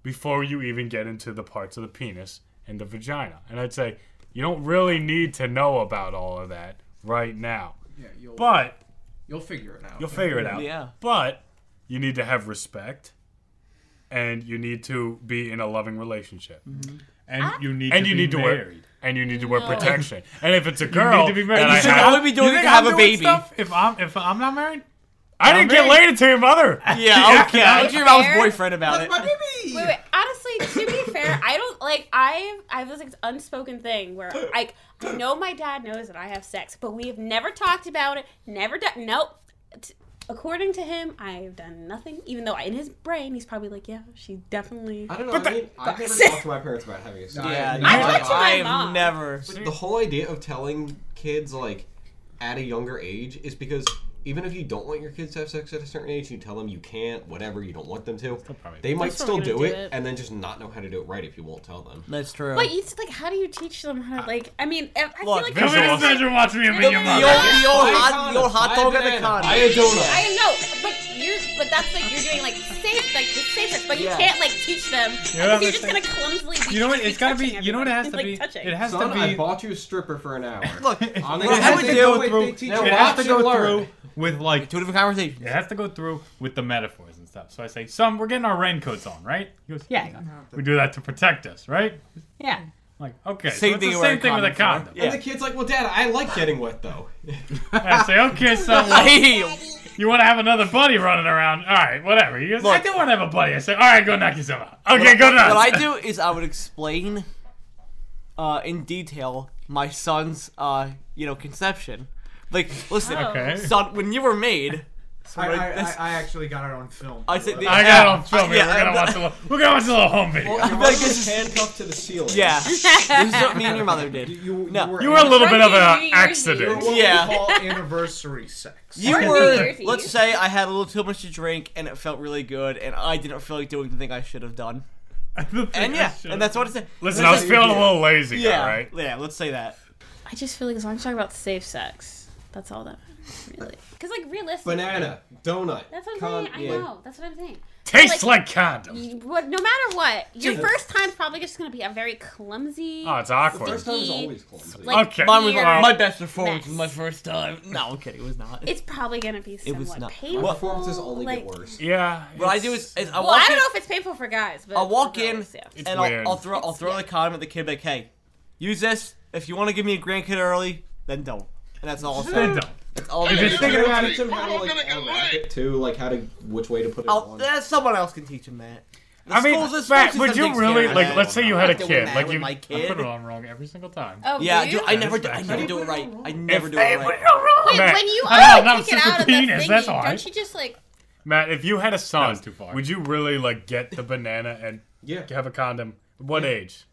Speaker 2: before you even get into the parts of the penis and the vagina. And I'd say you don't really need to know about all of that right now.
Speaker 4: Yeah, you'll,
Speaker 2: But
Speaker 4: you'll figure it out.
Speaker 2: you'll figure it out. But you need to have respect and you need to be in a loving relationship.
Speaker 7: And you need
Speaker 2: and
Speaker 7: to
Speaker 2: you
Speaker 7: be
Speaker 2: need to wear
Speaker 7: married.
Speaker 2: and you need to wear
Speaker 7: No.
Speaker 2: protection. And if it's a
Speaker 7: You
Speaker 2: girl,
Speaker 7: need to be married.
Speaker 2: then
Speaker 7: You
Speaker 2: I
Speaker 7: think
Speaker 2: have-
Speaker 7: I would be doing
Speaker 2: You think
Speaker 7: it to have
Speaker 2: I'm
Speaker 7: doing
Speaker 2: doing
Speaker 7: stuff if I'm if I'm not married?
Speaker 2: I didn't get laid until your mother.
Speaker 1: Yeah, okay. I was your mom's
Speaker 3: Fair.
Speaker 1: boyfriend about it.
Speaker 3: Wait, wait. Honestly, to be fair, I don't like. I I have this like, unspoken thing where like I know my dad knows that I have sex, but we have never talked about it. Never done. Nope. T- According to him, I've done nothing. Even though in his brain, he's probably like, yeah, she definitely.
Speaker 9: I don't know. I mean, I've never talked to my parents about having a sex.
Speaker 1: Yeah,
Speaker 9: Like,
Speaker 1: I talked to my I've
Speaker 3: mom.
Speaker 1: never-
Speaker 9: But the whole idea of telling kids like at a younger age is because even if you don't want your kids to have sex at a certain age, you tell them you can't, whatever, you don't want them to. They might
Speaker 3: They're
Speaker 9: still
Speaker 3: still
Speaker 9: do,
Speaker 3: gonna
Speaker 9: it,
Speaker 3: do it.
Speaker 9: and then just not know how to do it right if you won't tell them.
Speaker 1: That's true.
Speaker 3: But it's like, how do you teach them how to like? I mean, I I
Speaker 1: Look,
Speaker 3: feel like
Speaker 1: come in this bedroom, watch me and be your mother. The old- the old hot- the old hot
Speaker 9: Buy a
Speaker 1: dog and a
Speaker 9: banana,
Speaker 1: condom.
Speaker 9: Buy a donut.
Speaker 3: I know, but you're, but that's like you're doing like safe, like just safe sex, but you
Speaker 7: Yeah.
Speaker 3: can't like teach them.
Speaker 7: You know
Speaker 3: because you're just
Speaker 7: what
Speaker 3: gonna
Speaker 7: I'm
Speaker 3: clumsily.
Speaker 7: You know what? It's gotta be. You know what it has to
Speaker 3: Like
Speaker 7: be.
Speaker 3: touching.
Speaker 7: It has
Speaker 9: Son,
Speaker 7: to be.
Speaker 9: I bought you a stripper for an hour.
Speaker 7: Look,
Speaker 9: I'm
Speaker 7: it
Speaker 9: gonna
Speaker 7: has to
Speaker 9: take
Speaker 7: go
Speaker 9: the way
Speaker 7: through.
Speaker 9: they teach you
Speaker 7: It has to
Speaker 9: watch and
Speaker 7: go
Speaker 9: learn.
Speaker 7: through with like
Speaker 1: two different conversations.
Speaker 7: It has to go through with the metaphors and stuff. So I say, "Son, we're getting our raincoats on, right?" He goes,
Speaker 3: Yeah.
Speaker 7: We do that to protect us, right?"
Speaker 3: Yeah.
Speaker 7: Like, okay, so
Speaker 9: Same
Speaker 7: it's
Speaker 9: thing
Speaker 7: the
Speaker 9: you wear
Speaker 7: same
Speaker 9: a
Speaker 7: thing with a
Speaker 9: condom
Speaker 7: condom.
Speaker 9: for. And the kid's like, well, dad, I like getting wet, though.
Speaker 7: I say, okay, son. well,
Speaker 9: Hey.
Speaker 2: you want to have another buddy running around? All right, whatever. He goes, I don't want to have a buddy. I say, all right, go knock yourself out. Okay,
Speaker 1: what,
Speaker 2: go nuts.
Speaker 1: What I do is I would explain uh, in detail my son's, uh, you know, conception. Like, listen,
Speaker 13: Oh. Okay.
Speaker 1: son, when you were made.
Speaker 13: I,
Speaker 1: like
Speaker 13: I,
Speaker 1: this-
Speaker 13: I, I actually got our own film.
Speaker 1: I said-
Speaker 2: I got it on film. here. we're gonna watch a little. We're gonna watch a little
Speaker 1: Oh,
Speaker 2: home video.
Speaker 13: Well, your mom was handcuffed to the ceiling.
Speaker 1: Yeah. this is what me and your mother did.
Speaker 13: You,
Speaker 1: no.
Speaker 13: were
Speaker 2: You were a little bit of
Speaker 13: Right,
Speaker 2: an
Speaker 13: New Year's You were
Speaker 2: accident.
Speaker 13: what
Speaker 1: Yeah.
Speaker 13: we call anniversary sex.
Speaker 1: You were, let's say I had a little too much to drink and it felt really good and I didn't feel like doing the thing I should have done. and yeah,
Speaker 2: should've
Speaker 1: and that's what it's.
Speaker 2: Listen, I was feeling a little lazy,
Speaker 1: Yeah,
Speaker 2: alright?
Speaker 1: yeah, let's say that.
Speaker 3: I just feel like as long as you talk about safe sex, that's all that matters, really. Because, like, realistically.
Speaker 13: Banana, donut.
Speaker 3: That's what I'm saying. I know. That's what I'm saying.
Speaker 2: Tastes like condom.
Speaker 3: You, what, no matter what, your
Speaker 2: Yeah.
Speaker 3: first time's probably just gonna be a very clumsy.
Speaker 2: Oh, it's awkward. The first
Speaker 1: time's
Speaker 3: sticky,
Speaker 1: always
Speaker 3: clumsy.
Speaker 1: mine was my best performance was my first time. No, I'm kidding, it was not.
Speaker 3: It's probably gonna be
Speaker 1: it
Speaker 3: somewhat
Speaker 1: was not.
Speaker 3: painful.
Speaker 1: Well-
Speaker 3: like-
Speaker 2: Yeah.
Speaker 1: What I do is, is I
Speaker 3: well,
Speaker 1: walk
Speaker 3: I don't
Speaker 1: in,
Speaker 3: know if it's painful for guys, but
Speaker 1: I'll walk
Speaker 3: for
Speaker 1: in
Speaker 3: girls, yeah.
Speaker 1: and I'll, I'll throw I'll
Speaker 3: It's-
Speaker 1: throw the condom at the kid like, hey, use this. If you want to give me a grandkid early, then don't. And that's all. I'll say.
Speaker 9: Then don't.
Speaker 1: That's all.
Speaker 9: If
Speaker 1: I'll
Speaker 9: you're
Speaker 1: say.
Speaker 9: thinking about it, how to, like, "Oh, unlock it too, like how to which way to put it
Speaker 1: I'll,
Speaker 9: on.
Speaker 1: uh, someone else can teach him that. The
Speaker 2: I mean,
Speaker 1: schools- the
Speaker 2: Matt,
Speaker 1: schools
Speaker 2: would
Speaker 1: system
Speaker 2: you
Speaker 1: takes
Speaker 2: really
Speaker 1: care of
Speaker 2: like?
Speaker 1: that.
Speaker 2: Let's say you had a
Speaker 1: I'm not
Speaker 2: kid,
Speaker 1: doing that
Speaker 2: like
Speaker 1: with
Speaker 2: you.
Speaker 1: my
Speaker 2: I put
Speaker 1: kid.
Speaker 2: it on wrong every single time.
Speaker 3: Oh,
Speaker 1: yeah, I
Speaker 3: do
Speaker 1: do.
Speaker 3: you?
Speaker 1: I never, do,
Speaker 2: That's
Speaker 1: I
Speaker 2: bad.
Speaker 1: never do it right. I never do
Speaker 2: they
Speaker 1: it right.
Speaker 3: Wait,
Speaker 2: Matt,
Speaker 3: when you
Speaker 2: I know,
Speaker 3: oh,
Speaker 2: that was
Speaker 3: take it
Speaker 2: just
Speaker 3: out
Speaker 2: a
Speaker 3: of the
Speaker 2: penis,
Speaker 3: thingy,
Speaker 2: that's all
Speaker 3: don't
Speaker 2: right.
Speaker 3: you just like?
Speaker 2: Matt, if you had a son, would you really like get the banana and have a condom? What age?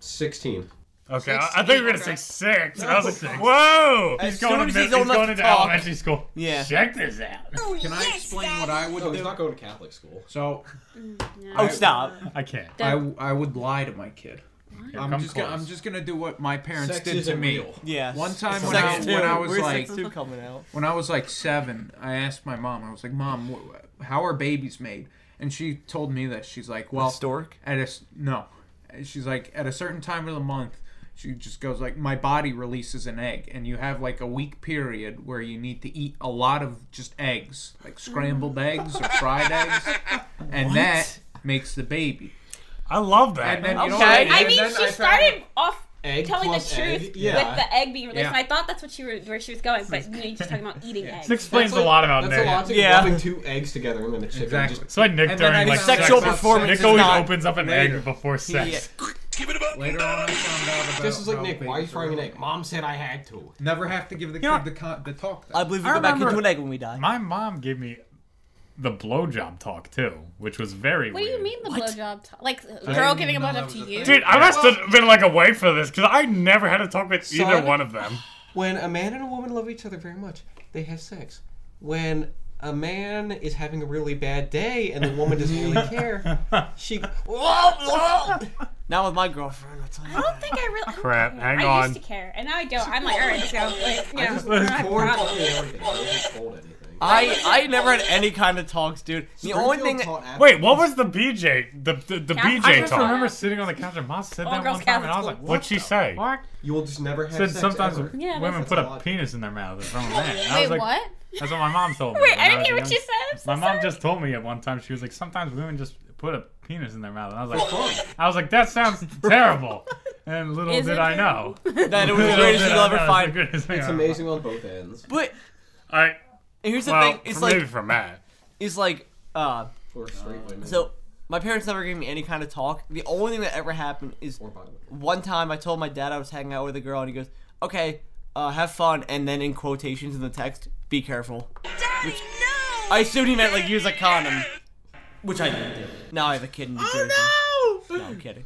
Speaker 9: Sixteen.
Speaker 2: Okay, I, I think you were gonna say six. and I was like, whoa!
Speaker 9: As
Speaker 2: he's going
Speaker 9: soon
Speaker 2: to
Speaker 9: as
Speaker 2: mid-
Speaker 9: he's old
Speaker 2: he's
Speaker 9: enough
Speaker 2: going
Speaker 9: to
Speaker 2: into
Speaker 9: talk.
Speaker 2: elementary school.
Speaker 9: Yeah.
Speaker 2: Check this out.
Speaker 13: Can I explain what I would
Speaker 9: No,
Speaker 13: do?
Speaker 9: he's not going to Catholic school.
Speaker 13: So.
Speaker 1: Oh, stop.
Speaker 2: I can't.
Speaker 13: I, I would lie to my kid.
Speaker 4: I'm just, gonna, I'm just gonna do what my parents did to me.
Speaker 1: Yeah.
Speaker 4: One time
Speaker 1: Sex
Speaker 4: when I,
Speaker 1: two.
Speaker 4: when I was
Speaker 1: Where's
Speaker 4: like
Speaker 1: sex two coming out?
Speaker 4: when I was like seven, I asked my mom. I was like, "Mom, wh- how are babies made?" And she told me this. She's like, "Well,
Speaker 1: stork
Speaker 4: at a s- no." And She's like, at a certain time of the month, she just goes like, "My body releases an egg, and you have like a week period where you need to eat a lot of just eggs, like
Speaker 1: Mm.
Speaker 4: scrambled eggs or fried eggs, and
Speaker 2: What?
Speaker 4: that makes the baby."
Speaker 2: I love that.
Speaker 4: And then you know what I
Speaker 3: I
Speaker 4: did? And
Speaker 3: mean,
Speaker 4: then
Speaker 3: she
Speaker 4: I found-
Speaker 3: started off
Speaker 4: Egg
Speaker 3: telling the
Speaker 4: plus egg,
Speaker 3: truth
Speaker 4: yeah.
Speaker 3: with the egg being released.
Speaker 4: Yeah.
Speaker 3: And I thought that's what she were, where she was going, but you know, you're just talking about eating eggs.
Speaker 2: This explains a lot about
Speaker 9: that's
Speaker 2: Nick.
Speaker 9: a logic
Speaker 2: Yeah.
Speaker 9: of rubbing two eggs together and then a chicken.
Speaker 2: Exactly.
Speaker 9: Just,
Speaker 2: It's like Nick And then during, I like, found sexual out about performance sex. Nick always opens up an egg before sex.
Speaker 4: Later on, I found out about
Speaker 9: This is like
Speaker 4: how
Speaker 9: Nick. Why are you
Speaker 4: babies
Speaker 9: frying an
Speaker 4: are-
Speaker 9: egg? Mom said I had to.
Speaker 4: Never have to give the kid the, con- the talk.
Speaker 1: I believe we go back into an egg when we die.
Speaker 2: My mom gave me the blowjob talk too, which was very
Speaker 3: What do you mean the blowjob? T- like, a girl
Speaker 2: didn't
Speaker 3: giving a
Speaker 2: know
Speaker 3: blowjob to you?
Speaker 2: Dude, I must have been like away for this because I never had a talk with either
Speaker 9: Son.
Speaker 2: one of them.
Speaker 9: When a man and a woman love each other very much, they have sex. When a man is having a really bad day and the woman doesn't really care, she.
Speaker 1: Not with my girlfriend. I'll tell you. I don't
Speaker 3: think I really.
Speaker 2: Oh, Crap, hang
Speaker 3: I
Speaker 2: on.
Speaker 3: used to care, and now I don't. I'm like, all right, let's go. Like, you know,
Speaker 1: just-
Speaker 3: I
Speaker 1: it's
Speaker 3: have
Speaker 1: boring
Speaker 3: problems.
Speaker 1: I I never had any kind of talks, dude. The only
Speaker 9: Springfield
Speaker 1: thing.
Speaker 9: taught
Speaker 1: That,
Speaker 2: Wait, what was the BJ? The the, the BJ
Speaker 1: Catholic school.
Speaker 2: talk.
Speaker 1: I just remember
Speaker 2: sitting on the couch and mom said
Speaker 1: All that girls one time, and I was Catholic like, school.
Speaker 2: "What'd she say?"
Speaker 9: You will just never have
Speaker 2: Said
Speaker 9: sex.
Speaker 2: sometimes
Speaker 9: ever.
Speaker 3: Yeah,
Speaker 2: women
Speaker 9: that's
Speaker 2: put
Speaker 9: a
Speaker 2: a
Speaker 9: lot.
Speaker 2: penis in their mouth. It's wrong with that. And I
Speaker 3: Wait,
Speaker 2: was like,
Speaker 3: what?
Speaker 2: That's what my mom told me.
Speaker 3: Wait,
Speaker 2: when
Speaker 3: I didn't
Speaker 2: was
Speaker 3: hear what
Speaker 2: young.
Speaker 3: you said. I'm so
Speaker 2: my mom
Speaker 3: sorry.
Speaker 2: just told me at one time she was like, sometimes women just put a penis in their mouth, and I was like, I was like, that sounds terrible. And little
Speaker 9: Is
Speaker 2: did
Speaker 9: it
Speaker 2: I know
Speaker 1: that it was the
Speaker 2: Little
Speaker 1: greatest
Speaker 2: did
Speaker 1: thing you'll
Speaker 2: I know,
Speaker 1: ever
Speaker 2: it's
Speaker 1: find.
Speaker 2: the greatest thing
Speaker 9: It's
Speaker 2: I've ever
Speaker 9: amazing on both ends.
Speaker 1: But
Speaker 2: all right.
Speaker 1: Here's the
Speaker 2: Well,
Speaker 1: thing. It's
Speaker 2: for
Speaker 1: like
Speaker 2: maybe for Matt.
Speaker 1: It's like uh.
Speaker 9: Or straight women.
Speaker 1: So my parents never gave me any kind of talk. The only thing that ever happened is one time I told my dad I was hanging out with a girl, and he goes, "Okay, uh, have fun," and then in quotations in the text, "Be careful." Which I assumed he meant like use a condom, which I didn't do. Now I have a kid in New Jersey.
Speaker 13: Oh
Speaker 1: no! I'm kidding.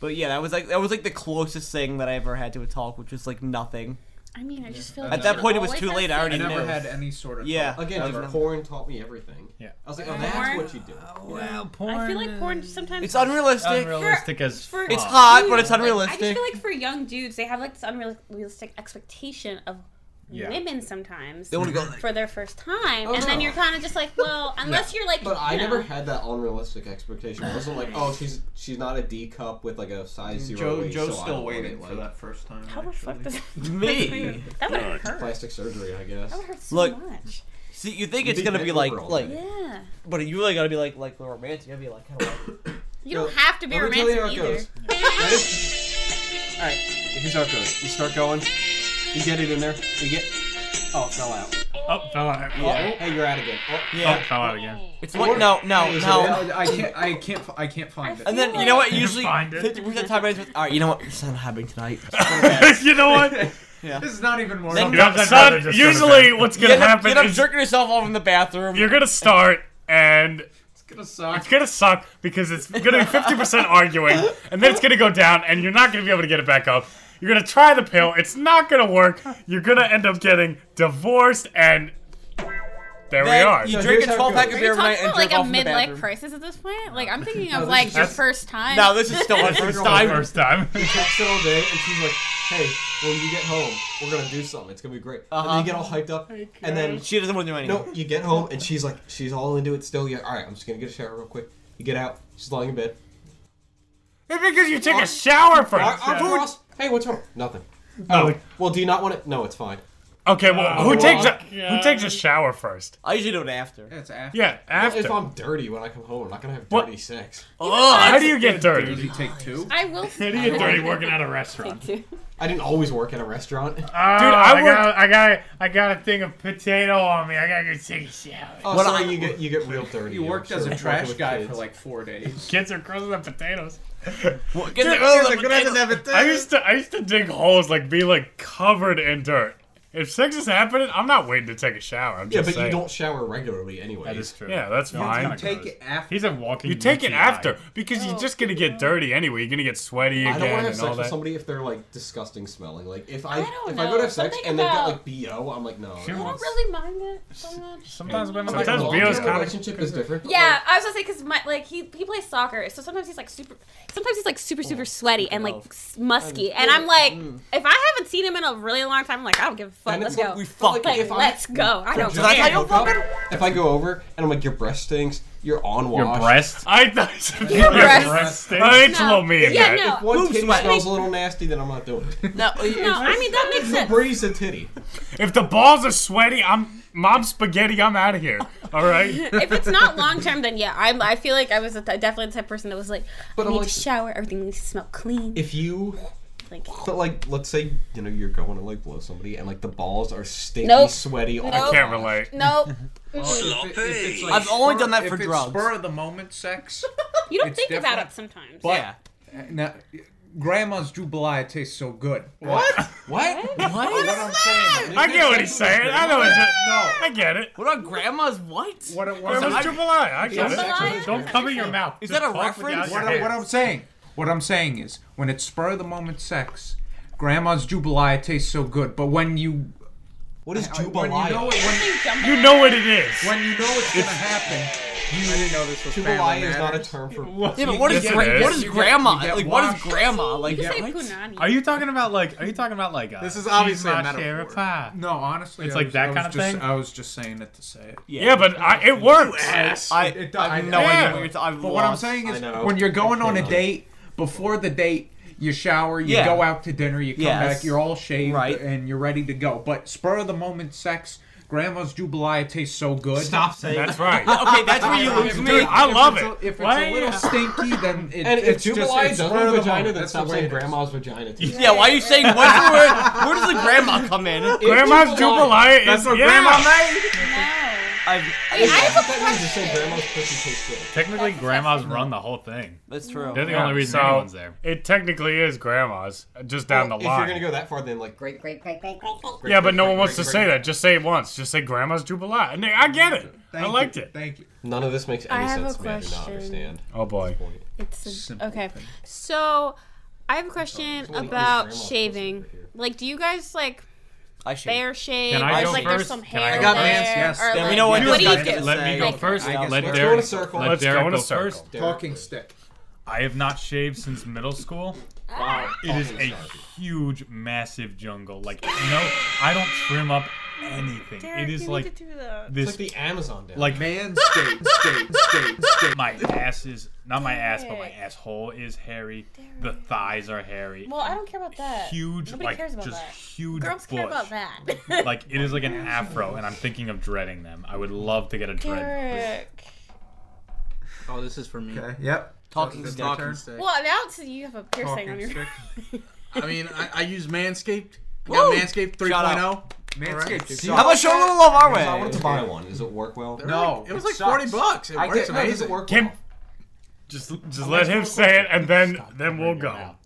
Speaker 1: But yeah, that was like that was like the closest thing that I ever had to a talk, which was like nothing.
Speaker 3: I mean, I just feel like
Speaker 1: At that point, it was too late. I already
Speaker 4: never
Speaker 1: knew.
Speaker 4: had any sort of
Speaker 1: yeah.
Speaker 4: talk.
Speaker 9: Again,
Speaker 1: Never.
Speaker 9: like porn taught me everything.
Speaker 2: Yeah.
Speaker 9: I was like, oh, that's
Speaker 3: Porn? Oh,
Speaker 9: what you
Speaker 1: Uh,
Speaker 9: do.
Speaker 3: Wow, I feel like porn sometimes.
Speaker 1: It's unrealistic.
Speaker 2: Unrealistic as fuck.
Speaker 1: It's hot, but
Speaker 3: dudes,
Speaker 1: it's
Speaker 3: like, I
Speaker 1: unrealistic.
Speaker 3: just feel like for young dudes, they have like this unrealistic expectation of
Speaker 1: Yeah.
Speaker 3: women sometimes Mhm.
Speaker 9: They wanna go, like-
Speaker 3: for their first time,
Speaker 9: Oh,
Speaker 3: and then
Speaker 9: no.
Speaker 3: you're kind of just like, well, unless you're like,
Speaker 9: But I
Speaker 3: you know,
Speaker 9: never had that unrealistic expectation. It wasn't like, oh, she's she's not a D cup with like a size zero
Speaker 4: Joe-
Speaker 9: waist.
Speaker 4: Joe's
Speaker 9: so I
Speaker 4: still
Speaker 9: don't want
Speaker 4: waiting
Speaker 9: it,
Speaker 4: for
Speaker 9: like-
Speaker 4: that first time,
Speaker 3: How the fuck does
Speaker 1: Me.
Speaker 3: That would hurt.
Speaker 9: Plastic surgery, I guess.
Speaker 3: That would hurt so
Speaker 1: Look,
Speaker 3: much.
Speaker 1: see, you think
Speaker 9: You
Speaker 1: it's
Speaker 9: think
Speaker 1: gonna
Speaker 9: that
Speaker 1: be like
Speaker 9: overall,
Speaker 1: like,
Speaker 3: Yeah.
Speaker 1: but you really gotta be like like the romantic. You gotta be like kind of like.
Speaker 3: you don't have to be
Speaker 9: Let me tell you
Speaker 3: romantic
Speaker 9: how it
Speaker 3: either.
Speaker 9: goes. All right, here's how it goes. You start going. You get it in there. You get. Oh, it fell out.
Speaker 14: Oh, fell out.
Speaker 4: Yeah. Hey, you're out again. Oh.
Speaker 14: Oh, fell out again.
Speaker 1: It's what? No, no,
Speaker 4: Hey,
Speaker 1: no.
Speaker 4: I can't. I can't. I can't find it.
Speaker 1: And then you know what? Usually,
Speaker 4: Find it.
Speaker 1: fifty percent of the time, I just all right. You know what? It's not happening tonight.
Speaker 2: you know what?
Speaker 1: yeah.
Speaker 4: This is not even more.
Speaker 1: Then-
Speaker 2: Son, usually what's gonna
Speaker 1: Get up-
Speaker 2: happen
Speaker 1: Get up,
Speaker 2: is-
Speaker 1: jerking yourself off in the bathroom.
Speaker 2: You're gonna start and
Speaker 4: It's gonna suck.
Speaker 2: It's gonna suck because it's gonna be fifty percent arguing, and then it's gonna go down, and you're not gonna be able to get it back up. You're gonna try the pill. It's not gonna work. You're gonna end up getting divorced, and there
Speaker 1: Then
Speaker 2: we are.
Speaker 1: you So drink a here's how it 12 pack
Speaker 3: Are
Speaker 1: of
Speaker 3: you
Speaker 1: beer every
Speaker 3: talking
Speaker 1: night and
Speaker 3: about, like
Speaker 1: jerk
Speaker 3: a
Speaker 1: off in the
Speaker 3: midlife
Speaker 1: bathroom.
Speaker 3: crisis at this point? Like I'm thinking
Speaker 1: No,
Speaker 3: of
Speaker 1: this
Speaker 3: like
Speaker 1: is
Speaker 3: your
Speaker 1: just-
Speaker 3: first time.
Speaker 1: No, this is still my first time.
Speaker 14: First time.
Speaker 9: He texts her all day, and she's like, "Hey, when you get home, we're gonna do something. It's gonna be great." And then
Speaker 1: Uh-huh.
Speaker 9: you get all hyped up, and then
Speaker 1: She doesn't want to do anything.
Speaker 9: No, you get home, and she's like, she's all into it still. You're all right. I'm just gonna get a shower real quick. You get out. She's lying in bed.
Speaker 2: It's because you took a shower first.
Speaker 9: Ar- Arm cross. Hey, what's wrong? Nothing.
Speaker 2: No,
Speaker 9: Oh,
Speaker 2: like-
Speaker 9: well, do you not want it? No, it's fine.
Speaker 2: Okay, well, who
Speaker 9: Oh,
Speaker 2: takes a
Speaker 9: God.
Speaker 2: who takes a shower first?
Speaker 1: I usually do it after.
Speaker 4: It's after.
Speaker 2: Yeah, after.
Speaker 9: If I'm dirty when I come home, I'm not gonna have dirty sex.
Speaker 2: Ugh, how do you get dirty?
Speaker 4: You take two.
Speaker 3: I will.
Speaker 2: How do you get dirty working at a restaurant? Oh
Speaker 3: Dude,
Speaker 9: I didn't always work at a restaurant. Dude,
Speaker 2: I, got, I got I got a thing of potato on me. I gotta go take a shower.
Speaker 9: Oh,
Speaker 2: What
Speaker 9: sorry,
Speaker 2: I-
Speaker 9: you get you get real dirty.
Speaker 4: You
Speaker 9: I'm
Speaker 4: worked
Speaker 9: sure,
Speaker 4: as a
Speaker 9: working
Speaker 4: trash
Speaker 9: with
Speaker 4: guy
Speaker 9: kids.
Speaker 4: for like four days.
Speaker 2: Kids are crumbs and potatoes.
Speaker 1: Get
Speaker 2: Dude,
Speaker 1: the- oh, the
Speaker 2: kids are
Speaker 1: potatoes.
Speaker 2: crumbs and potatoes. I used to I used to dig holes like be like covered in dirt. If sex is happening, I'm not waiting to take a shower. I'm
Speaker 9: Yeah,
Speaker 2: just
Speaker 9: but
Speaker 2: saying.
Speaker 9: you don't shower regularly anyway. That
Speaker 14: is true.
Speaker 2: Yeah, that's fine.
Speaker 4: after.
Speaker 14: He's a walking.
Speaker 2: You take it
Speaker 14: UTI.
Speaker 2: after because you're just gonna get dirty anyway. You're gonna get sweaty
Speaker 9: I don't want
Speaker 2: again
Speaker 9: to have
Speaker 2: and all
Speaker 9: sex with
Speaker 2: that.
Speaker 9: somebody if they're like disgusting smelling. Like if I,
Speaker 3: don't
Speaker 9: if I go to
Speaker 3: know,
Speaker 9: have sex
Speaker 3: something
Speaker 9: and they've got
Speaker 3: about-
Speaker 9: like bo, I'm like no.
Speaker 3: I don't really mind it so much.
Speaker 14: Sometimes when I'm
Speaker 9: like,
Speaker 14: sometimes
Speaker 9: long-term
Speaker 14: beer's kind of
Speaker 9: relationship is different.
Speaker 3: Yeah, I was gonna say because my like he he plays soccer, so sometimes he's like super, sometimes he's like
Speaker 9: Oh,
Speaker 3: super super sweaty and like s- musky, and I'm like, if I haven't seen him in a really long time, I'm like, I don't give a fuck.
Speaker 9: Mm. And
Speaker 3: Let's
Speaker 9: it's
Speaker 3: go.
Speaker 9: like, we fuck.
Speaker 3: Like,
Speaker 9: Like, if I'm-
Speaker 3: let's go. I
Speaker 9: If
Speaker 3: don't
Speaker 9: just
Speaker 3: care.
Speaker 9: woke up, If I go over and I'm like, your breast stinks, you're on wash.
Speaker 14: your breast.
Speaker 2: I thought
Speaker 9: Your
Speaker 2: your
Speaker 9: breast.
Speaker 2: breast. I ain't
Speaker 3: No.
Speaker 2: little me in
Speaker 3: Yeah,
Speaker 2: that.
Speaker 3: no.
Speaker 9: If one
Speaker 1: Boobs
Speaker 9: titty
Speaker 1: sweat.
Speaker 9: smells a little nasty, then I'm not doing it.
Speaker 1: No,
Speaker 3: No, I mean that makes sense.
Speaker 9: Breeze a titty.
Speaker 2: If the balls are sweaty, I'm mom spaghetti. I'm out of here. All right.
Speaker 3: if it's not long term, then yeah, I'm. I feel like I was a th- definitely the type of person that was like,
Speaker 9: But
Speaker 3: I
Speaker 9: I'm
Speaker 3: need
Speaker 9: like-
Speaker 3: to shower. Everything needs to smell clean.
Speaker 9: If you,
Speaker 3: Like,
Speaker 9: but like, let's say you know you're going to like blow somebody and like the balls are stinky,
Speaker 3: Nope.
Speaker 9: sweaty. All
Speaker 3: Nope.
Speaker 2: I can't relate.
Speaker 3: nope.
Speaker 4: If it- if it's, like,
Speaker 1: I've only
Speaker 4: spur-
Speaker 1: done that
Speaker 4: if
Speaker 1: for
Speaker 4: it's
Speaker 1: drugs.
Speaker 4: Spur of the moment sex.
Speaker 3: You don't
Speaker 4: It's
Speaker 3: think about
Speaker 4: different.
Speaker 3: it sometimes.
Speaker 1: Yeah.
Speaker 4: Uh, Now, grandma's jambalaya tastes so good.
Speaker 9: What? What?
Speaker 4: What
Speaker 1: What?
Speaker 4: I'm saying.
Speaker 2: I get what he's saying. I know it's
Speaker 4: No.
Speaker 2: I get it.
Speaker 1: What on grandma's what?
Speaker 4: What, it
Speaker 2: It
Speaker 4: was,
Speaker 2: was
Speaker 4: I,
Speaker 2: Jambalaya. I get
Speaker 3: Jambalaya?
Speaker 2: it. Don't cover your mouth.
Speaker 1: Is
Speaker 2: Just
Speaker 1: that a
Speaker 2: talk with your
Speaker 1: reference?
Speaker 4: what,
Speaker 2: hands.
Speaker 4: I, what I'm saying. What I'm saying is, when it's spur of the moment sex, grandma's jambalaya tastes so good. But when you
Speaker 9: What is
Speaker 4: when you know
Speaker 9: jambalaya?
Speaker 4: it, when,
Speaker 2: You know what it is.
Speaker 4: when you know it's gonna happen,
Speaker 15: didn't know this was
Speaker 9: Jambalaya is not a term for.
Speaker 1: Yeah, but what is,
Speaker 2: Yes, it
Speaker 1: gra-
Speaker 2: is.
Speaker 1: what is
Speaker 2: You
Speaker 4: get-
Speaker 1: grandma?
Speaker 4: you get
Speaker 1: like, what is
Speaker 4: washed.
Speaker 1: grandma? Like,
Speaker 3: You say
Speaker 1: what?
Speaker 3: punani.
Speaker 14: Are you talking about like? Are you talking about like? Uh,
Speaker 6: This is obviously
Speaker 14: she's
Speaker 6: a
Speaker 14: my
Speaker 6: metaphor.
Speaker 14: cherry pie?
Speaker 4: No, honestly,
Speaker 14: It's
Speaker 4: I
Speaker 14: like
Speaker 4: was-
Speaker 14: that
Speaker 4: I was
Speaker 14: kind of
Speaker 4: just-
Speaker 14: thing?
Speaker 4: I was just saying it to say it.
Speaker 2: Yeah, but I, it works.
Speaker 1: I,
Speaker 4: It- it-
Speaker 1: I
Speaker 4: I
Speaker 1: have no
Speaker 4: know.
Speaker 1: idea
Speaker 2: Yeah.
Speaker 1: what you're talking
Speaker 4: But what I'm saying
Speaker 9: I
Speaker 4: is,
Speaker 9: know.
Speaker 4: when you're going
Speaker 9: I
Speaker 4: on a
Speaker 9: cannot.
Speaker 4: date, before the date, you shower, you
Speaker 1: Yeah.
Speaker 4: go out to dinner, you come
Speaker 1: Yes.
Speaker 4: back, you're all shaved,
Speaker 1: Right.
Speaker 4: and you're ready to go. But spur of the moment sex, grandma's jambalaya tastes so good.
Speaker 6: Stop saying
Speaker 2: That's right.
Speaker 1: Okay, that's where you lose me.
Speaker 2: Dude, I
Speaker 4: If
Speaker 2: love
Speaker 4: it's
Speaker 2: it.
Speaker 4: a- if it's
Speaker 2: Why-
Speaker 4: a little stinky, then it,
Speaker 9: And if
Speaker 4: it's just
Speaker 9: jambalaya
Speaker 4: it's
Speaker 9: doesn't
Speaker 4: spur of
Speaker 9: have
Speaker 4: the
Speaker 9: vagina,
Speaker 4: moment.
Speaker 9: then
Speaker 4: That's the
Speaker 9: stop
Speaker 4: way
Speaker 9: saying
Speaker 4: it is.
Speaker 9: grandma's vagina. too.
Speaker 1: Yeah, why are you saying when's the where, where does the grandma come in?
Speaker 2: Grandma's jambalaya is yeah.
Speaker 1: I've,
Speaker 3: I have
Speaker 9: That means you're saying grandma's pussy tastes good.
Speaker 14: Technically, grandmas run the whole thing.
Speaker 1: that's true.
Speaker 14: They're the
Speaker 2: Yeah,
Speaker 14: only reason
Speaker 2: so
Speaker 14: anyone's there.
Speaker 2: It technically is grandma's, just down
Speaker 9: Well,
Speaker 2: the
Speaker 9: If
Speaker 2: line.
Speaker 9: you're gonna go that far, then like great, great, great, great, great, great.
Speaker 2: yeah, but no one
Speaker 9: great,
Speaker 2: wants
Speaker 9: great,
Speaker 2: to
Speaker 9: great.
Speaker 2: say that. Just say it once. Just say grandma's jambalaya. And they, I get it. I
Speaker 4: Thank
Speaker 2: liked
Speaker 4: you.
Speaker 2: it.
Speaker 4: Thank you.
Speaker 9: None of this makes
Speaker 3: I
Speaker 9: any
Speaker 3: have
Speaker 9: sense
Speaker 3: a
Speaker 9: to me. I do not
Speaker 3: question.
Speaker 9: understand.
Speaker 2: Oh boy.
Speaker 3: It's a, okay. So, I have a question
Speaker 9: Totally
Speaker 3: about
Speaker 9: grandma's
Speaker 3: shaving.
Speaker 9: pussy over here.
Speaker 3: Like, do you guys like
Speaker 1: I should.
Speaker 3: bear shave?
Speaker 14: Can I
Speaker 3: Or,
Speaker 14: go
Speaker 3: like, there's
Speaker 14: first?
Speaker 3: some
Speaker 14: Can
Speaker 3: hair
Speaker 14: I
Speaker 3: there.
Speaker 14: go
Speaker 1: first?
Speaker 4: Yes.
Speaker 3: Or,
Speaker 1: Then
Speaker 3: like,
Speaker 1: we know what
Speaker 3: what do
Speaker 1: this
Speaker 3: you
Speaker 1: guy's
Speaker 3: think?
Speaker 1: gonna
Speaker 14: Let me
Speaker 1: say.
Speaker 14: go first.
Speaker 1: I guess
Speaker 14: Let
Speaker 9: we're going
Speaker 14: Derek.
Speaker 9: in a circle.
Speaker 14: Let
Speaker 2: Let's go
Speaker 14: Derek
Speaker 2: in a
Speaker 14: go
Speaker 2: circle.
Speaker 14: first.
Speaker 4: Talking stick.
Speaker 14: I have not shaved since middle school.
Speaker 3: Ah.
Speaker 14: It is a huge, massive jungle. Like no, I don't trim up anything.
Speaker 3: Derek,
Speaker 14: it
Speaker 3: you
Speaker 14: is
Speaker 3: need
Speaker 14: like
Speaker 3: to do that.
Speaker 9: It's
Speaker 14: this.
Speaker 9: like the Amazon down.
Speaker 14: Like
Speaker 4: Man, skate, skate, skate, skate.
Speaker 14: my ass is not my ass, but my
Speaker 3: Derek.
Speaker 14: asshole is hairy. The thighs are hairy.
Speaker 3: Well, I don't care about that.
Speaker 14: Huge,
Speaker 3: Nobody
Speaker 14: like
Speaker 3: cares about
Speaker 14: just
Speaker 3: that.
Speaker 14: huge
Speaker 3: Girls care
Speaker 14: bush.
Speaker 3: about that.
Speaker 14: like it is like an afro, and I'm thinking of dreading them. I would love to get a dread.
Speaker 3: Derek.
Speaker 6: Oh, this is for me.
Speaker 4: Okay. Yep.
Speaker 1: Talking
Speaker 4: It's
Speaker 1: stick.
Speaker 4: their
Speaker 6: Talking
Speaker 4: turn.
Speaker 6: stick.
Speaker 3: Well, now it's, you have a piercing on
Speaker 4: Talking
Speaker 3: your.
Speaker 4: stick.
Speaker 6: I mean, I, I use Manscaped. I got
Speaker 1: Woo!
Speaker 6: Manscaped oh.
Speaker 1: Shout
Speaker 6: 3.0.
Speaker 1: out.
Speaker 13: Manscaped. is
Speaker 1: How about show a little love our way?
Speaker 9: I wanted to buy one. Does it work well?
Speaker 13: No,
Speaker 6: It was like forty bucks. It
Speaker 9: I
Speaker 6: works
Speaker 9: get- no, it doesn't
Speaker 6: amazing.
Speaker 9: work
Speaker 2: Kim, just just let him say it, and then then we'll go.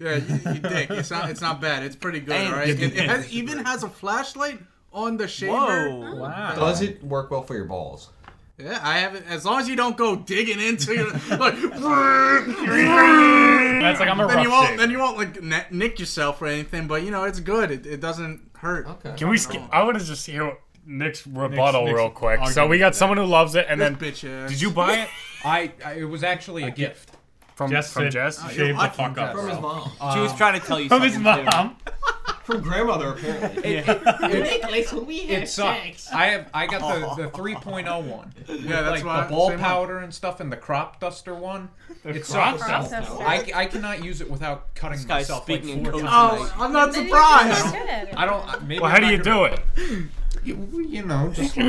Speaker 6: Yeah, you, you dick. It's not. It's not bad. It's pretty good.
Speaker 2: And-
Speaker 6: All right. It, it has,
Speaker 2: Yeah.
Speaker 6: even has a flashlight on the shaver.
Speaker 1: Whoa.
Speaker 6: Wow.
Speaker 9: Does it work well for your balls?
Speaker 6: Yeah, I haven't. As long as you don't go digging into your like.
Speaker 2: That's like I'm a
Speaker 6: then you
Speaker 2: rough
Speaker 6: won't.
Speaker 2: shaver.
Speaker 6: Then you won't like n- nick yourself or anything. But you know it's good. It, it doesn't hurt. Oh. Okay.
Speaker 2: Can we skip? I want to just hear Nick's rebuttal
Speaker 6: Nick's
Speaker 2: real quick. So
Speaker 6: argument
Speaker 2: we got
Speaker 6: today.
Speaker 2: someone who loves it, and
Speaker 6: This
Speaker 2: then
Speaker 6: bitch ass.
Speaker 2: did you buy it
Speaker 13: I, I it was actually a gift.
Speaker 2: from
Speaker 7: Jess
Speaker 2: from
Speaker 7: said,
Speaker 2: Jess?
Speaker 4: Uh,
Speaker 7: "Shave the
Speaker 2: Shave
Speaker 7: fuck up,
Speaker 9: From his mom.
Speaker 13: Uh,
Speaker 1: She was trying to tell you
Speaker 7: From his
Speaker 1: something. too.
Speaker 7: mom.
Speaker 9: From grandmother, apparently.
Speaker 13: Nicholas,
Speaker 9: when we
Speaker 13: It sucks. I have I got the the 3.0 one. With
Speaker 6: Yeah, that's
Speaker 13: like
Speaker 6: why-
Speaker 13: the ball
Speaker 6: same one.
Speaker 13: powder and stuff and the crop duster one. it
Speaker 7: crop
Speaker 13: sucks.
Speaker 3: duster? Crop duster.
Speaker 13: I, I cannot use it without cutting
Speaker 1: guy's
Speaker 13: myself like
Speaker 1: speaking in
Speaker 13: four
Speaker 1: code
Speaker 13: times.
Speaker 6: Oh, I'm not
Speaker 3: Maybe
Speaker 6: surprised.
Speaker 3: you're good at
Speaker 13: I don't maybe
Speaker 2: Well, how
Speaker 13: I'm
Speaker 2: do
Speaker 13: not
Speaker 2: you
Speaker 13: gonna-
Speaker 2: do it?
Speaker 13: You, you know, just
Speaker 3: it.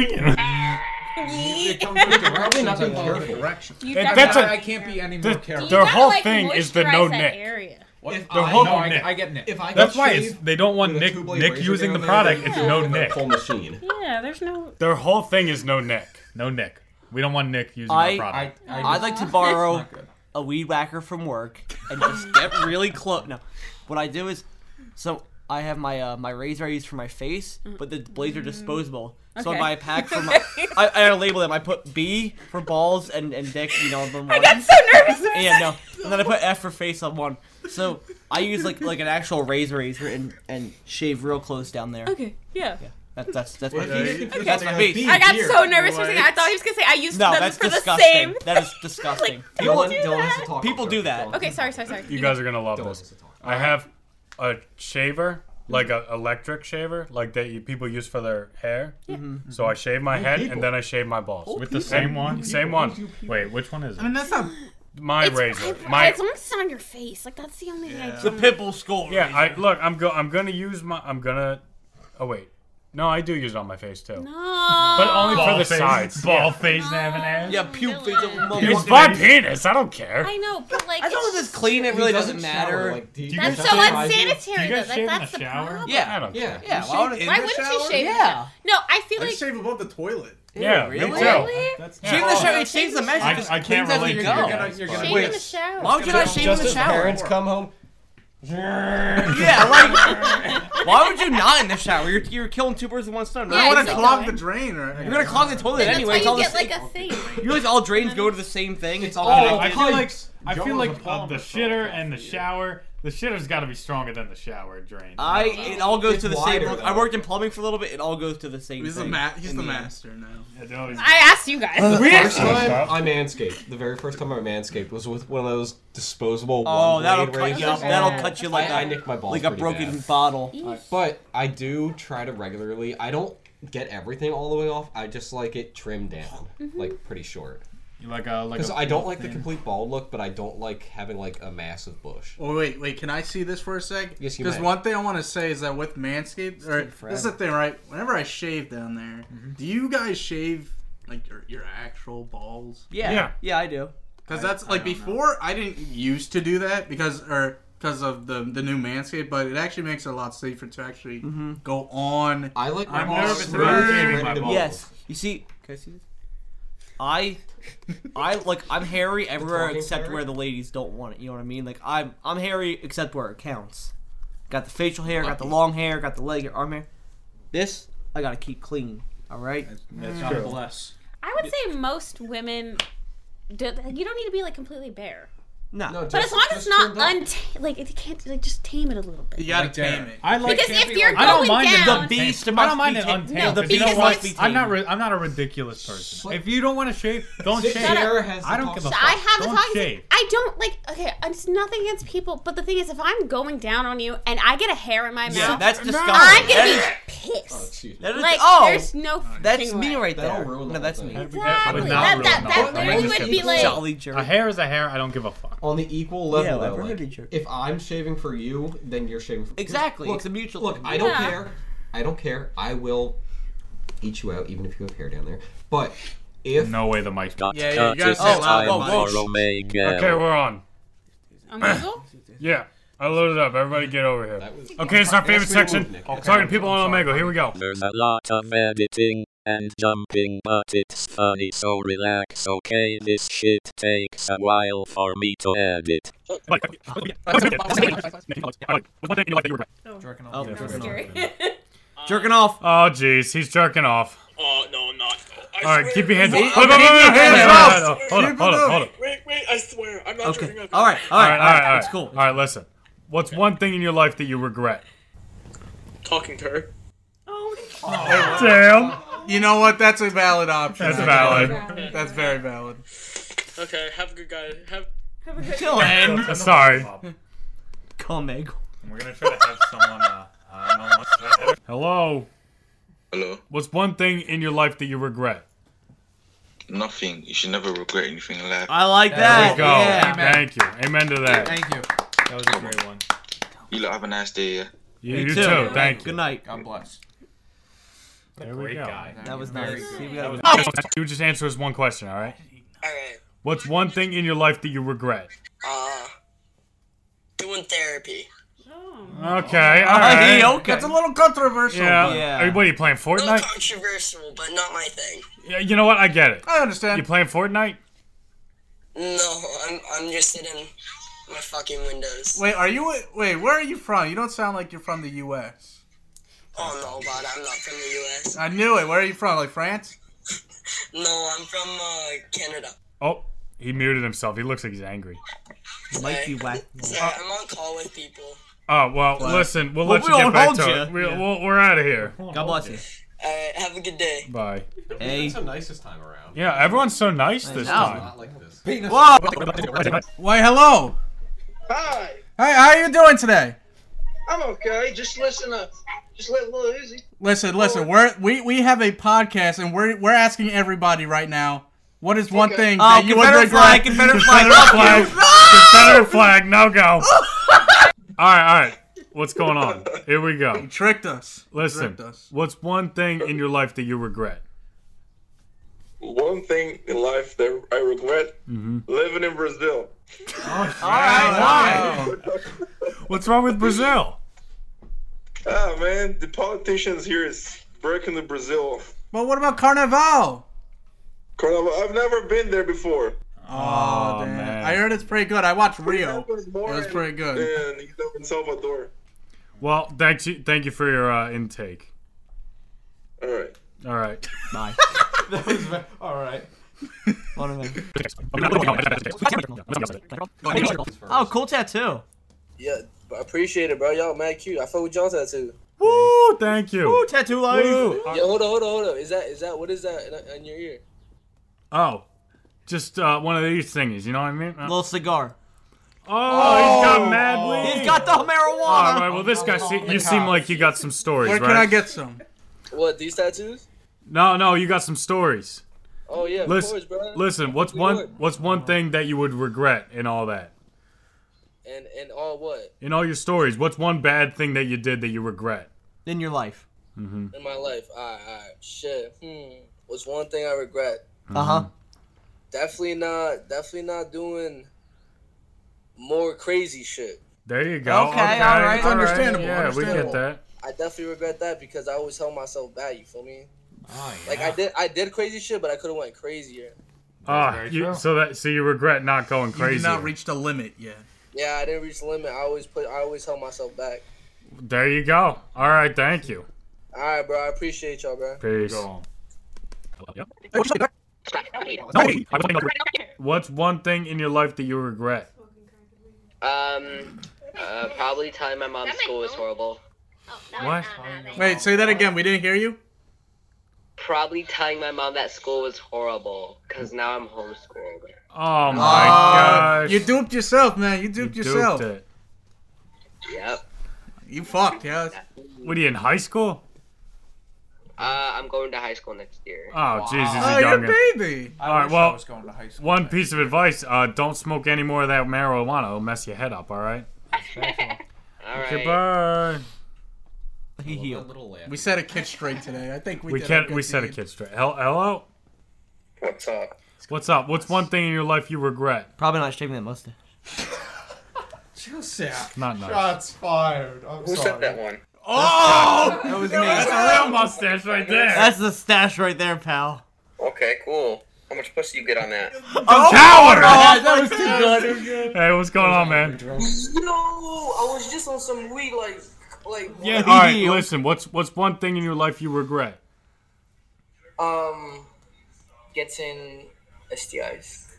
Speaker 13: it comes with
Speaker 9: Probably
Speaker 13: directions.
Speaker 9: not
Speaker 13: I
Speaker 9: being
Speaker 13: follow the
Speaker 9: careful.
Speaker 13: directions.
Speaker 3: You
Speaker 2: It-
Speaker 3: gotta-
Speaker 2: that's
Speaker 13: I
Speaker 2: a-
Speaker 13: I can't be any more
Speaker 2: The-
Speaker 13: careful.
Speaker 2: Their
Speaker 3: you gotta,
Speaker 2: whole
Speaker 3: like,
Speaker 2: thing is the
Speaker 3: moisturize
Speaker 2: no
Speaker 3: that
Speaker 2: Nick.
Speaker 3: area.
Speaker 9: If
Speaker 2: They're
Speaker 9: I-
Speaker 2: whole-
Speaker 13: no, I, get- I get Nick.
Speaker 9: If I got
Speaker 7: That's why it's,
Speaker 9: shaved
Speaker 7: they don't want
Speaker 9: with a
Speaker 7: Nick
Speaker 9: two-blade
Speaker 7: Nick
Speaker 9: razor
Speaker 7: using the
Speaker 9: down there,
Speaker 7: product.
Speaker 9: they'd
Speaker 7: It's
Speaker 9: do it
Speaker 7: no
Speaker 9: with a
Speaker 7: Nick.
Speaker 9: Full machine.
Speaker 3: Yeah, there's no.
Speaker 2: Their whole thing is no Nick.
Speaker 7: No Nick. We don't want Nick using
Speaker 1: I-
Speaker 7: our product.
Speaker 13: I, I,
Speaker 1: I'd like to borrow a weed whacker from work and just get really close. No, what I do is, so I have my uh, my razor I use for my face, but the blades are disposable. So I
Speaker 3: Mm. Okay.
Speaker 1: buy a pack for my. I, I label them. I put B for balls and and dick. You know them.
Speaker 3: I got so nervous.
Speaker 1: Yeah, no. And then I put F for face on one. So I use like like an actual razor razor and and shave real close down there.
Speaker 3: Okay. Yeah.
Speaker 1: That's that's that's my
Speaker 9: If you get
Speaker 1: face.
Speaker 9: confused,
Speaker 1: That's my
Speaker 9: like,
Speaker 1: beef.
Speaker 9: being
Speaker 3: I got
Speaker 9: here,
Speaker 3: so nervous for a second. I thought he was gonna say I used
Speaker 1: No,
Speaker 3: them
Speaker 1: that's
Speaker 3: for the
Speaker 1: disgusting.
Speaker 3: same.
Speaker 1: That is disgusting.
Speaker 9: Dylan,
Speaker 3: do
Speaker 9: Dylan has
Speaker 3: that.
Speaker 9: to talk.
Speaker 1: People
Speaker 9: about
Speaker 1: do
Speaker 9: it.
Speaker 1: that.
Speaker 9: Dylan-
Speaker 3: Okay, sorry, sorry, sorry.
Speaker 2: You guys are gonna love
Speaker 9: Dylan has
Speaker 2: this.
Speaker 9: to talk.
Speaker 2: I have a shaver, like a electric shaver, like that you, people use for their hair.
Speaker 1: Mm-hmm.
Speaker 2: So I shave my head and then I shave my balls
Speaker 7: With the same
Speaker 2: And-
Speaker 7: one?
Speaker 2: Same one.
Speaker 7: Wait, which one is it?
Speaker 6: I mean, that's not.
Speaker 2: My
Speaker 3: It's-
Speaker 2: razor.
Speaker 3: I-
Speaker 2: My
Speaker 3: As long as it's on your face, like that's the only thing I
Speaker 1: The
Speaker 3: do.
Speaker 1: pimple skull.
Speaker 2: yeah. I look. I'm go. I'm gonna use my. I'm gonna. Oh wait. No, I do use it on my face too.
Speaker 3: No.
Speaker 2: But only for
Speaker 7: Ball
Speaker 2: the
Speaker 7: face-
Speaker 2: sides.
Speaker 7: Ball
Speaker 2: yeah.
Speaker 7: face having ass.
Speaker 1: Yeah, pupils.
Speaker 2: It's my penis. I don't care.
Speaker 3: I know, but like,
Speaker 1: As long as it's clean, it
Speaker 9: He
Speaker 1: really
Speaker 9: doesn't
Speaker 1: doesn't
Speaker 9: shower,
Speaker 1: matter.
Speaker 9: like, do you
Speaker 2: Do you
Speaker 9: guys
Speaker 2: guys
Speaker 3: that's so
Speaker 2: shave-
Speaker 9: have to-
Speaker 3: unsanitary.
Speaker 7: Do you
Speaker 3: though.
Speaker 7: guys
Speaker 3: That,
Speaker 7: shave in
Speaker 3: that's
Speaker 7: the
Speaker 3: the
Speaker 7: shower?
Speaker 3: problem.
Speaker 2: I
Speaker 1: yeah.
Speaker 2: don't
Speaker 9: Yeah.
Speaker 2: care.
Speaker 1: Yeah.
Speaker 6: You
Speaker 1: Why would
Speaker 6: shave
Speaker 1: it?
Speaker 6: in
Speaker 3: Why
Speaker 6: the
Speaker 3: wouldn't
Speaker 6: shower?
Speaker 3: you shave? in
Speaker 1: Yeah.
Speaker 3: the- No, I feel
Speaker 6: I
Speaker 3: like.
Speaker 6: shave above the toilet.
Speaker 2: Yeah,
Speaker 1: really?
Speaker 2: me too.
Speaker 3: Really?
Speaker 7: That's
Speaker 1: Shave in
Speaker 7: not-
Speaker 1: the shower. It shaves the measure.
Speaker 7: I-
Speaker 1: just
Speaker 7: I can't
Speaker 1: cleans as
Speaker 7: relate to
Speaker 1: you go.
Speaker 7: you guys.
Speaker 13: You're
Speaker 3: Shave
Speaker 13: gonna
Speaker 3: in
Speaker 9: Wait,
Speaker 3: the shower.
Speaker 1: Why would you not shave in
Speaker 9: Just
Speaker 1: the
Speaker 9: as
Speaker 1: shower?
Speaker 9: parents come home.
Speaker 1: Yeah, like why would you not in the shower? You're, you're killing two birds with one stone.
Speaker 3: Yeah,
Speaker 6: I
Speaker 1: right?
Speaker 6: want to
Speaker 3: it's
Speaker 6: clog
Speaker 3: like-
Speaker 6: the drain. Or,
Speaker 1: You're gonna clog the toilet
Speaker 3: That's
Speaker 1: anyway. It's
Speaker 3: why
Speaker 1: all
Speaker 3: you
Speaker 1: the
Speaker 3: get
Speaker 1: same.
Speaker 3: like a thing.
Speaker 1: you realize all drains go to the same thing. It's all.
Speaker 2: Oh,
Speaker 7: I
Speaker 2: I
Speaker 7: feel
Speaker 2: feel
Speaker 7: like
Speaker 2: like
Speaker 7: I
Speaker 9: Joe
Speaker 7: feel
Speaker 9: was
Speaker 7: like
Speaker 9: a
Speaker 7: uh,
Speaker 9: plumber
Speaker 7: the
Speaker 9: for
Speaker 7: shitter
Speaker 9: half
Speaker 7: and the
Speaker 9: a year.
Speaker 7: shower. The shitter's got to be stronger than the shower drain.
Speaker 1: I it all goes
Speaker 9: It's
Speaker 1: to the same.
Speaker 9: wider, though.
Speaker 1: I worked in plumbing for a little bit. It all goes to the same.
Speaker 6: He's the
Speaker 1: thing
Speaker 6: ma- He's
Speaker 1: in
Speaker 6: the
Speaker 1: end.
Speaker 6: master now.
Speaker 7: It always-
Speaker 3: I asked you guys.
Speaker 9: The first
Speaker 2: actually-
Speaker 9: time I manscaped, the very first time I manscaped was with one of those disposable
Speaker 1: Oh,
Speaker 9: one
Speaker 1: that'll
Speaker 9: blade
Speaker 1: cut you up.
Speaker 9: razors.
Speaker 3: Yeah.
Speaker 1: That'll cut you like
Speaker 9: I, I
Speaker 1: a
Speaker 9: nicked my balls
Speaker 1: like a
Speaker 9: pretty
Speaker 1: broken
Speaker 9: bad.
Speaker 1: bottle.
Speaker 9: But I do try to regularly. I don't get everything all the way off. I just like it trimmed down,
Speaker 3: Mm-hmm.
Speaker 9: like pretty short.
Speaker 7: You like a like
Speaker 9: Because
Speaker 7: a
Speaker 9: I don't like the
Speaker 7: thing.
Speaker 9: complete bald look, but I don't like having like a massive bush.
Speaker 6: Oh wait, wait. Can I see this for a sec?
Speaker 9: Yes, you
Speaker 6: Because
Speaker 9: may.
Speaker 6: one thing I want to say is that with Manscaped, or, this is the thing, right? Whenever I shave down there, do you guys shave like your, your actual balls?
Speaker 1: Yeah.
Speaker 2: Yeah.
Speaker 1: yeah, yeah, I do.
Speaker 6: Because that's like before I didn't used to do that because or because of the the new Manscaped, but it actually makes it a lot safer to actually
Speaker 1: Mm-hmm.
Speaker 6: go on.
Speaker 9: I like. my
Speaker 7: I'm
Speaker 9: balls
Speaker 7: nervous
Speaker 9: smooth
Speaker 7: about
Speaker 9: and
Speaker 7: shaving
Speaker 9: ready
Speaker 7: my
Speaker 9: to
Speaker 7: balls.
Speaker 9: move.
Speaker 1: Yes. You see, can I see this? I, I like I'm hairy everywhere
Speaker 9: talking
Speaker 1: except
Speaker 9: hairy?
Speaker 1: where the ladies don't want it. You know what I mean? Like I'm I'm hairy except where it counts. Got the facial hair, got the long hair, got the leg, arm hair. This I gotta keep clean. All right.
Speaker 13: God bless.
Speaker 3: I would say most women. Do, you don't need to be like completely bare,
Speaker 1: No.
Speaker 9: No,
Speaker 3: but
Speaker 9: just-
Speaker 3: as long as
Speaker 9: just
Speaker 3: it's not
Speaker 9: trimmed up.
Speaker 3: untamed, like it can't like just tame it a little bit.
Speaker 6: You gotta
Speaker 13: Like
Speaker 6: tame
Speaker 13: that.
Speaker 6: it.
Speaker 7: I like
Speaker 3: Because if you're
Speaker 7: I don't
Speaker 3: going
Speaker 7: mind it
Speaker 3: down,
Speaker 1: The beast
Speaker 7: I
Speaker 1: must
Speaker 7: don't mind
Speaker 1: be
Speaker 7: it
Speaker 1: tamed.
Speaker 7: untamed.
Speaker 1: No, the
Speaker 7: 'cause you know
Speaker 1: beast
Speaker 7: what?
Speaker 1: must be tamed.
Speaker 7: I'm not. Ri- I'm not a ridiculous person. If you don't want to shave, don't
Speaker 9: Sit-
Speaker 7: shave.
Speaker 9: Sierra has
Speaker 7: I
Speaker 9: the
Speaker 7: don't give a
Speaker 9: talk.
Speaker 7: fuck.
Speaker 3: I have the
Speaker 7: don't
Speaker 3: talking.
Speaker 7: shave.
Speaker 3: I don't like. Okay, it's nothing against people, but the thing is, if I'm going down on you and I get a hair in my
Speaker 1: Yeah,
Speaker 3: mouth,
Speaker 1: that's disgusting.
Speaker 3: I'm gonna
Speaker 1: That
Speaker 3: be
Speaker 1: is-
Speaker 3: pissed.
Speaker 9: Excuse me.
Speaker 1: that is-
Speaker 3: Like,
Speaker 1: oh,
Speaker 3: there's no.
Speaker 1: that's
Speaker 3: freaking
Speaker 1: me
Speaker 3: way.
Speaker 1: right there.
Speaker 9: That'll ruin the
Speaker 1: No,
Speaker 9: whole
Speaker 1: that's
Speaker 9: thing.
Speaker 1: me.
Speaker 3: Exactly.
Speaker 7: Would not
Speaker 3: That,
Speaker 7: ruin
Speaker 3: that,
Speaker 7: the
Speaker 3: that
Speaker 7: whole thing.
Speaker 3: literally
Speaker 7: I'm just
Speaker 3: would be
Speaker 7: kidding.
Speaker 3: like.
Speaker 1: Jolly jerk.
Speaker 7: A hair is a hair. I don't give a fuck.
Speaker 9: On the equal
Speaker 1: Yeah,
Speaker 9: level,
Speaker 1: I've
Speaker 9: though,
Speaker 1: heard
Speaker 9: like,
Speaker 1: it, Jer-
Speaker 9: if I'm shaving for you, then you're shaving for
Speaker 1: Exactly,
Speaker 9: Look,
Speaker 1: it's a mutual
Speaker 9: Look,
Speaker 1: thing.
Speaker 9: I don't
Speaker 3: Yeah.
Speaker 9: care. I don't care. I will eat you out, even if you have hair down there. But if
Speaker 7: No way the mic's
Speaker 8: Got
Speaker 6: Yeah, yeah, you
Speaker 8: cut
Speaker 6: gotta
Speaker 8: is
Speaker 6: say it
Speaker 1: loud.
Speaker 8: time
Speaker 1: Whoa, whoa,
Speaker 8: for
Speaker 1: shh.
Speaker 8: Omega.
Speaker 2: Okay, we're on.
Speaker 3: On Google?
Speaker 2: Yeah. I loaded up. Everybody get over here. Okay, it's our favorite section. Talking to people on Omegle. Here we go.
Speaker 8: There's a lot of editing and jumping, but it's funny, so relax, okay? This shit takes a while for me to edit.
Speaker 1: Oh. Jerking
Speaker 2: Oh,
Speaker 1: off.
Speaker 2: jerking
Speaker 1: jerking
Speaker 2: off.
Speaker 1: off.
Speaker 2: Jerking off. Oh, jeez. He's jerking off.
Speaker 16: Oh, no, I'm not. I
Speaker 2: All right,
Speaker 16: swear-
Speaker 2: keep your hands up.
Speaker 16: Wait,
Speaker 2: Hold on,
Speaker 16: wait,
Speaker 2: hold on, hold
Speaker 16: wait, wait,
Speaker 2: on,
Speaker 16: wait,
Speaker 2: hold
Speaker 16: wait,
Speaker 2: on, hold on,
Speaker 16: wait,
Speaker 2: hold on, hold on.
Speaker 16: Wait, wait, I swear, I'm not
Speaker 1: Okay.
Speaker 16: jerking off.
Speaker 1: All right, all right, all right. It's cool.
Speaker 2: All right, listen. What's one thing in your life that you regret?
Speaker 16: Talking to her.
Speaker 7: Oh,
Speaker 2: Damn.
Speaker 6: You know what? That's a valid option.
Speaker 2: That's
Speaker 6: I
Speaker 2: valid.
Speaker 6: think. That's very valid.
Speaker 16: Okay, have a good guy. Have. Have a good
Speaker 2: I'm sorry.
Speaker 1: Come, egg.
Speaker 7: We're gonna try to have someone. Uh, I don't know what's better.
Speaker 2: Hello.
Speaker 17: Hello.
Speaker 2: What's one thing in your life that you regret?
Speaker 17: Nothing. You should never regret anything in life.
Speaker 1: I like
Speaker 2: There
Speaker 1: that.
Speaker 2: we go.
Speaker 1: Yeah.
Speaker 2: Thank you. Amen to that.
Speaker 1: Thank
Speaker 4: you.
Speaker 7: That was a great one.
Speaker 17: You lot have a nice day. Yeah.
Speaker 2: You, too. Thank you.
Speaker 1: Good night.
Speaker 4: God bless.
Speaker 2: There we go. Guy.
Speaker 1: That was nice. See, we got a-
Speaker 2: You just answer us one question, all right? What's one thing in your life that you regret?
Speaker 16: Uh, doing therapy.
Speaker 2: Okay, all
Speaker 6: Oh,
Speaker 2: right.
Speaker 6: That's a little controversial.
Speaker 2: Yeah. Everybody playing Fortnite?
Speaker 16: Controversial, but not my thing.
Speaker 2: Yeah, you know what? I get it.
Speaker 6: I understand.
Speaker 2: You playing Fortnite?
Speaker 16: No, I'm I'm just sitting my fucking windows.
Speaker 6: Wait, are you? Wait, where are you from? You don't sound like you're from the U.S.
Speaker 16: Oh no, but I'm not from the U.S.
Speaker 6: I knew it. Where are you from? Like France?
Speaker 16: No, I'm from uh, Canada.
Speaker 2: Oh, he muted himself. He looks like he's angry.
Speaker 1: Might be whack.
Speaker 16: Sorry,
Speaker 2: Uh,
Speaker 16: I'm on call with people.
Speaker 2: Oh, well,
Speaker 1: What?
Speaker 2: listen, we'll,
Speaker 1: Well,
Speaker 2: let
Speaker 1: we
Speaker 2: you get
Speaker 1: won't
Speaker 2: back
Speaker 1: hold
Speaker 2: to
Speaker 1: ya.
Speaker 2: it. We'll,
Speaker 1: Yeah.
Speaker 2: we'll, we're out of here.
Speaker 1: God bless you.
Speaker 16: All right, have a good day.
Speaker 2: Bye.
Speaker 1: Hey.
Speaker 9: So nice this time around.
Speaker 2: Yeah, everyone's so nice
Speaker 9: I
Speaker 2: this
Speaker 9: know.
Speaker 2: time.
Speaker 9: Not like this.
Speaker 6: Whoa! Why, hello.
Speaker 18: Hi,
Speaker 6: Hi, how are you doing today?
Speaker 18: I'm okay. Just listen to, just let Lil Uzi.
Speaker 6: Listen, listen. We're we, we have a podcast, and we're we're asking everybody right now, what is one
Speaker 18: Okay.
Speaker 6: thing
Speaker 1: Oh,
Speaker 6: that you would
Speaker 1: Confederate
Speaker 6: regret?
Speaker 1: flag, Confederate flag,
Speaker 2: Flag, Confederate flag, no go. All right, all right. What's going on? Here we go. He
Speaker 6: tricked us.
Speaker 2: Listen,
Speaker 6: tricked
Speaker 2: what's one thing in your life that you regret?
Speaker 17: One thing in life that I regret
Speaker 2: Mm-hmm.
Speaker 17: living in Brazil.
Speaker 2: All
Speaker 6: Ah.
Speaker 2: right, Oh, What's wrong with Brazil?
Speaker 17: Ah, man, the politicians here is breaking the Brazil.
Speaker 6: But what about
Speaker 2: Oh,
Speaker 6: Carnival?
Speaker 17: Carnival, I've never been there before.
Speaker 6: Oh, damn. I heard it's pretty good. I watched Rio. It was pretty good.
Speaker 17: And you know, in Salvador.
Speaker 2: Well, thank you, thank you for your uh, intake.
Speaker 17: All right.
Speaker 2: All right. Bye.
Speaker 9: That was ve- all right.
Speaker 1: Oh, cool tattoo.
Speaker 18: Yeah, I appreciate it, bro. Y'all mad cute. I fuck with y'all tattoo.
Speaker 2: Woo! Thank you.
Speaker 1: Woo! Tattoo life.
Speaker 18: Yo, hold up, hold up, hold up. Is that is that what is that in- on your ear?
Speaker 2: Oh, just uh, one of these thingies. You know what I mean?
Speaker 1: Little cigar.
Speaker 2: Oh, he's got mad
Speaker 1: Oh.
Speaker 2: weed.
Speaker 1: He's got the marijuana.
Speaker 2: All right. Well, this guy, see, you seem like you got some stories,
Speaker 6: Where
Speaker 2: right?
Speaker 6: can I get some?
Speaker 18: What these tattoos?
Speaker 2: No, no, you got some stories.
Speaker 18: Oh yeah,
Speaker 2: Listen,
Speaker 18: of course, bro.
Speaker 2: listen. What's
Speaker 18: New
Speaker 2: one?
Speaker 18: York.
Speaker 2: What's one thing that you would regret in all that?
Speaker 18: And and all what
Speaker 2: In all your stories, what's one bad thing that you did that you regret
Speaker 1: in your life?
Speaker 2: Mm-hmm.
Speaker 18: in my life? All right, all right. Shit. Hmm. What's one thing I regret?
Speaker 1: Uh huh.
Speaker 18: Definitely not. Definitely not doing more crazy shit.
Speaker 2: There you go.
Speaker 1: Okay, all right,
Speaker 2: all
Speaker 1: understandable,
Speaker 2: Yeah, we get
Speaker 1: understandable.
Speaker 2: that.
Speaker 18: I definitely regret that because I always held myself back. You feel me?
Speaker 2: Oh,
Speaker 18: Like I did, I did crazy shit, but I could have went crazier.
Speaker 2: Ah, you, so that so you regret not going
Speaker 6: You did
Speaker 2: crazy.
Speaker 6: not reach the limit yet.
Speaker 18: Yeah, I didn't reach the limit. I always put, I always held myself back.
Speaker 2: There you go. All right, thank you.
Speaker 18: All right, bro. I appreciate y'all, bro.
Speaker 2: Peace. What's one thing in your life that you regret?
Speaker 19: Um, uh, probably telling my mom school was horrible.
Speaker 2: What?
Speaker 6: Wait, say that again. We didn't hear you.
Speaker 19: Probably telling my mom that school was horrible, because now I'm homeschooled.
Speaker 2: Oh my
Speaker 6: Uh,
Speaker 2: gosh.
Speaker 6: You duped yourself, man. You duped
Speaker 2: You duped
Speaker 6: yourself.
Speaker 2: it.
Speaker 19: Yep.
Speaker 6: You fucked, yeah.
Speaker 2: What are you in high school?
Speaker 19: Uh, I'm going to high school next year.
Speaker 2: Oh, Jesus, he's
Speaker 6: Oh,
Speaker 2: a
Speaker 6: you're
Speaker 2: youngin.
Speaker 6: a baby.
Speaker 2: All right, well, one piece of advice: uh, don't smoke any more of that marijuana. It'll mess your head up. All right.
Speaker 19: All
Speaker 2: Okay, bye.
Speaker 1: He healed.
Speaker 6: We set a kid straight today. I think we,
Speaker 2: We,
Speaker 6: did
Speaker 2: can't.
Speaker 6: good
Speaker 2: We set a
Speaker 6: deed.
Speaker 2: kid straight. Hel- Hello.
Speaker 17: What's up?
Speaker 2: What's up? What's one thing in your life you regret?
Speaker 1: Probably not shaving that mustache.
Speaker 20: Just yeah.
Speaker 7: Not nice.
Speaker 20: Shots fired. I'm
Speaker 1: Who
Speaker 20: sorry.
Speaker 1: said that one?
Speaker 20: Oh,
Speaker 1: That was
Speaker 20: It
Speaker 1: me.
Speaker 20: was
Speaker 1: That's a real
Speaker 7: mustache right
Speaker 1: there. That's the stash right there, pal.
Speaker 21: Okay, cool. How much pussy you get on that?
Speaker 1: I'm
Speaker 2: coward!
Speaker 1: Oh,
Speaker 18: Oh,
Speaker 1: that was too good.
Speaker 2: Hey, what's going on, man?
Speaker 18: Yo, I was just on some weed, like, like.
Speaker 2: All right, listen. What's what's one thing in your life you regret?
Speaker 18: Um, getting STIs.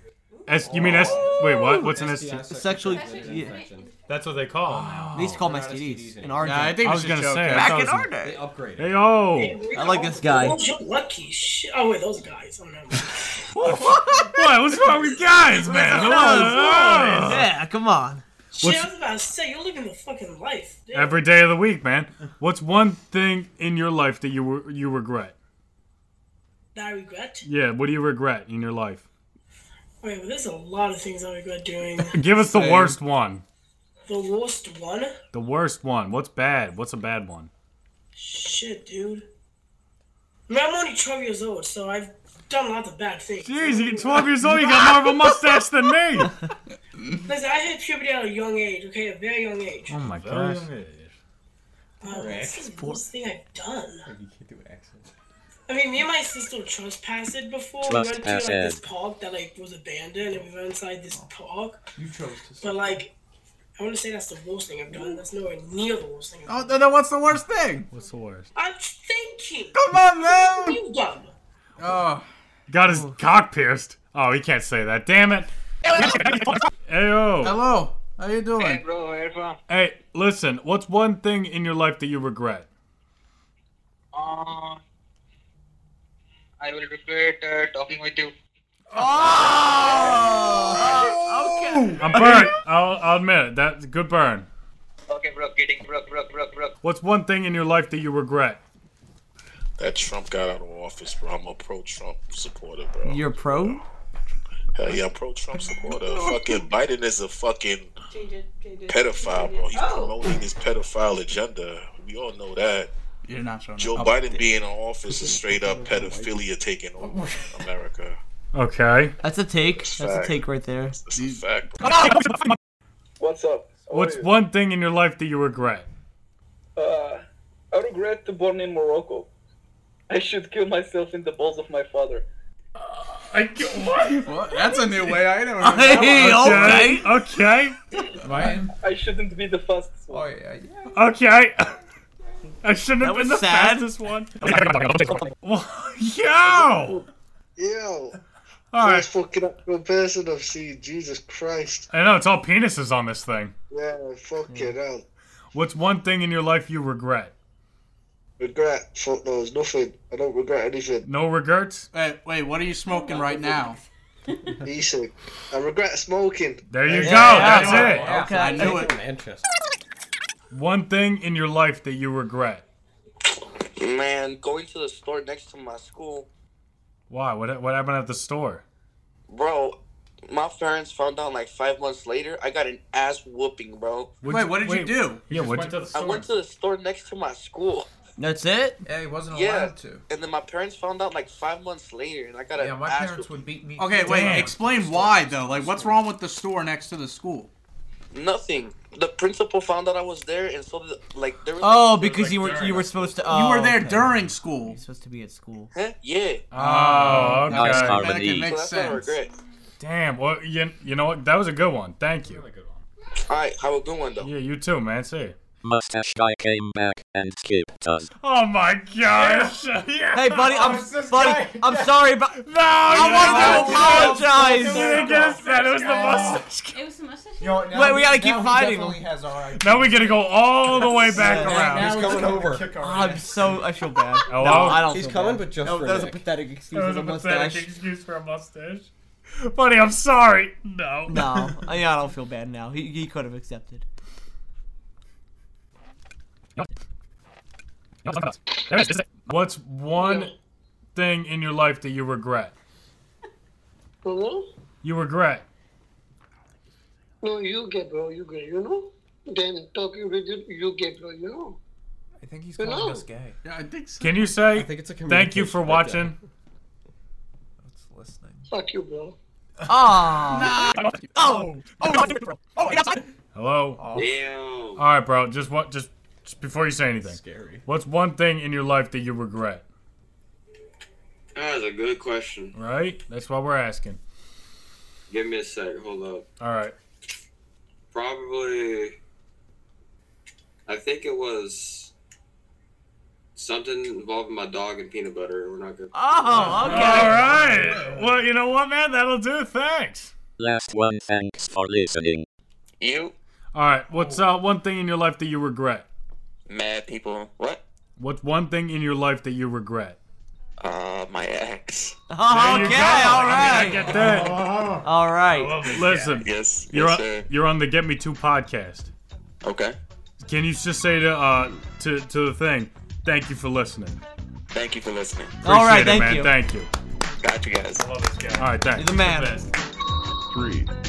Speaker 2: S- you mean S? Wait, what? What's an STD?
Speaker 1: Sexually. Yeah.
Speaker 7: That's what they call them now.
Speaker 1: They used to call them STDs in our day.
Speaker 2: Yeah, I think I we was should gonna joke say, I that. thought
Speaker 1: back
Speaker 2: it
Speaker 1: in
Speaker 2: was
Speaker 1: our
Speaker 2: in-
Speaker 1: day.
Speaker 2: They upgraded. Hey, yo.
Speaker 1: I like this guy.
Speaker 14: Lucky shit. Oh wait, those guys. Oh no.
Speaker 2: What? What's wrong with guys, man? Come
Speaker 1: Come on,
Speaker 2: on.
Speaker 1: come on. Yeah, come on.
Speaker 14: Shit, I was about to say you're living the fucking life. dude.
Speaker 2: Every day of the week, man. What's one thing in your life that you re- you regret?
Speaker 14: That I regret.
Speaker 2: Yeah, what do you regret in your life?
Speaker 14: Wait, well, there's a lot of things I regret doing.
Speaker 2: Give us the
Speaker 14: Same.
Speaker 2: worst one.
Speaker 14: The worst one.
Speaker 2: The worst one. What's bad? What's a bad one?
Speaker 14: Shit, dude. Man, I'm only 12 years old, so I've done lots of bad things.
Speaker 2: Jeez, you're 12 years old. You got more of a mustache than me.
Speaker 14: Listen, I hit puberty at a young age. Okay, a very young age.
Speaker 2: Oh my
Speaker 14: god.
Speaker 2: gosh.
Speaker 14: this is the worst thing I've done.
Speaker 9: You can't do an accent.
Speaker 14: I mean, me and my sister trespassed it before. We went to like this
Speaker 9: Trespassed.
Speaker 14: park that like was abandoned, and we went inside this park.
Speaker 20: You chose to.
Speaker 14: But like, I want to say that's the worst thing I've done. That's nowhere near the worst thing. I've
Speaker 6: Oh, then then what's the worst thing?
Speaker 2: What's the worst?
Speaker 14: I'm thinking.
Speaker 6: Come on, man.
Speaker 14: You done?
Speaker 6: Oh.
Speaker 2: Got his cock pierced. Oh, he can't say that. Damn it. Ayo.
Speaker 6: Hello. How you doing? Hey,
Speaker 21: bro. Where you from?
Speaker 2: Hey, listen. What's one thing in your life that you regret?
Speaker 21: Uh, I will regret uh, talking with you.
Speaker 6: Oh!
Speaker 2: I'm burnt. I'll, I'll admit it. That's a good burn.
Speaker 21: Okay, bro. Kidding, bro, bro, bro, bro.
Speaker 2: What's one thing in your life that you regret?
Speaker 22: That Trump got out of office, bro. I'm a pro Trump supporter, bro.
Speaker 1: You're pro?
Speaker 22: Hell yeah, I'm pro Trump supporter. fucking Biden is a fucking pedophile, bro. He's
Speaker 1: Oh.
Speaker 22: promoting his pedophile agenda. We all know that.
Speaker 6: You're not showing
Speaker 22: Joe Biden being in office is straight up pedophilia taking over America.
Speaker 2: Okay.
Speaker 1: That's a take. That's a
Speaker 22: fact.
Speaker 1: take right there.
Speaker 22: Fact.
Speaker 17: What's up?
Speaker 2: What's one thing in your life that you regret?
Speaker 17: Uh, I regret to born in Morocco. I should kill myself in the balls of my father.
Speaker 2: I what?
Speaker 6: that's a new way. I never.
Speaker 17: heard that
Speaker 2: okay.
Speaker 17: one.
Speaker 2: Okay.
Speaker 6: Ryan?
Speaker 17: I shouldn't be the fastest one. Oh, yeah, yeah.
Speaker 2: Okay. I shouldn't have been the fastest one. Yo!
Speaker 23: Yo!
Speaker 2: All right.
Speaker 23: First fucking actual person I've seen, Jesus Christ.
Speaker 2: I know it's all penises on this thing.
Speaker 23: Yeah,
Speaker 2: Hmm.
Speaker 23: fucking hell.
Speaker 2: What's one thing in your life you regret?
Speaker 23: Regret, fuck knows, nothing. I don't regret anything.
Speaker 2: No regrets?
Speaker 6: Wait, wait, what are you smoking right now?
Speaker 23: Easy. I regret smoking.
Speaker 2: There you
Speaker 23: Yeah,
Speaker 2: go.
Speaker 23: yeah,
Speaker 2: That's
Speaker 23: yeah.
Speaker 2: it.
Speaker 23: Okay. I knew it.
Speaker 9: Manchester.
Speaker 2: One thing in your life that you regret.
Speaker 21: Man, going to the store next to my school,
Speaker 2: Why? What, what happened at the store?
Speaker 21: bro. My parents found out like five months later. I got an ass whooping, bro.
Speaker 2: What'd Wait, you- what did you wait, do? you
Speaker 21: Yeah,
Speaker 2: just went to the
Speaker 21: I went to the store next to my school.
Speaker 1: That's it?
Speaker 4: Yeah, he wasn't
Speaker 21: Yeah,
Speaker 4: allowed to.
Speaker 21: and then my parents found out like five months later, and I got an
Speaker 4: Yeah, my
Speaker 21: ass
Speaker 4: parents
Speaker 21: whooping.
Speaker 4: would beat me.
Speaker 6: Okay, wait. Explain why though. Like, what's wrong with the store next to the school?
Speaker 21: Nothing. The principal found out I was there, and so the, like there was.
Speaker 1: Oh,
Speaker 21: like,
Speaker 1: because you were you were supposed to. oh,
Speaker 6: you were there
Speaker 1: okay.
Speaker 6: during school. You're
Speaker 1: supposed to be at school.
Speaker 21: Huh? Yeah.
Speaker 2: Oh, okay.
Speaker 1: Nice
Speaker 21: So that's not a regret.
Speaker 2: Damn. Well, you, you know what? That was a good one. Thank you.
Speaker 21: All right, have a good one though.
Speaker 2: Yeah, you too, man. See.
Speaker 8: Mustache guy came back and skipped us.
Speaker 2: Oh my gosh.
Speaker 1: Hey, buddy,
Speaker 2: Oh,
Speaker 1: I'm buddy. I'm sorry, but
Speaker 2: no,
Speaker 1: I wanted to apologize.
Speaker 2: That was the mustache.
Speaker 3: It was the mustache.
Speaker 1: Wait, we gotta keep fighting.
Speaker 2: Now we gotta go all the way back
Speaker 1: Yeah,
Speaker 2: around.
Speaker 1: now He's it's coming time to over.
Speaker 2: Oh,
Speaker 1: I'm so I feel bad.
Speaker 2: Hello?
Speaker 1: No, I don't.
Speaker 2: He's
Speaker 1: feel
Speaker 2: coming,
Speaker 1: bad.
Speaker 2: but just
Speaker 1: No,
Speaker 2: for
Speaker 1: that was a
Speaker 2: Nick.
Speaker 1: pathetic excuse
Speaker 2: That
Speaker 1: for
Speaker 2: was
Speaker 1: the
Speaker 2: a pathetic
Speaker 1: mustache.
Speaker 2: excuse for a mustache. Buddy, I'm sorry. No.
Speaker 1: No, I, I don't feel bad now. He, he could have accepted.
Speaker 2: What's one thing in your life that you regret?
Speaker 23: Hello?
Speaker 2: You regret.
Speaker 23: No, you gay, bro, you gay, you know? Then talking with you, you gay, bro, you know? I think he's
Speaker 6: calling
Speaker 23: us gay.
Speaker 6: Yeah, I think so.
Speaker 2: Can you say
Speaker 6: I think it's a
Speaker 2: thank you for
Speaker 6: communication right
Speaker 2: watching?
Speaker 23: Fuck you, bro.
Speaker 1: Oh.
Speaker 23: Oh.
Speaker 1: Oh. Oh. Oh.
Speaker 2: Hello. All right, bro. Just what? Just, just before you say anything.
Speaker 24: Scary.
Speaker 2: What's one thing in your life that you regret?
Speaker 9: That is a good question.
Speaker 2: Right. That's what we're asking.
Speaker 9: Give me a sec. Hold up.
Speaker 2: All right.
Speaker 9: Probably. I think it was something involving my dog and peanut butter. We're not good.
Speaker 1: Oh,
Speaker 2: okay. All right. Well, you know what, man? That'll do. Thanks.
Speaker 8: Last one, thanks for listening.
Speaker 9: You?
Speaker 2: All right. What's uh, one thing in your life that you regret?
Speaker 9: Mad people. What?
Speaker 2: What's one thing in your life that you regret?
Speaker 9: Uh, my ex.
Speaker 1: Oh, okay, all right.
Speaker 2: get that.
Speaker 1: All right.
Speaker 2: Listen,
Speaker 9: Yes,
Speaker 2: you're
Speaker 9: yes,
Speaker 2: on,
Speaker 9: sir.
Speaker 2: you're on the Get Me Two podcast.
Speaker 9: Okay.
Speaker 2: Can you just say to uh to to the thing, thank you for listening.
Speaker 9: Thank you for listening.
Speaker 2: Appreciate it, man. Thank you.
Speaker 9: Got you guys. I love
Speaker 2: this guy. All right, thanks.
Speaker 1: You're the man.
Speaker 2: Three,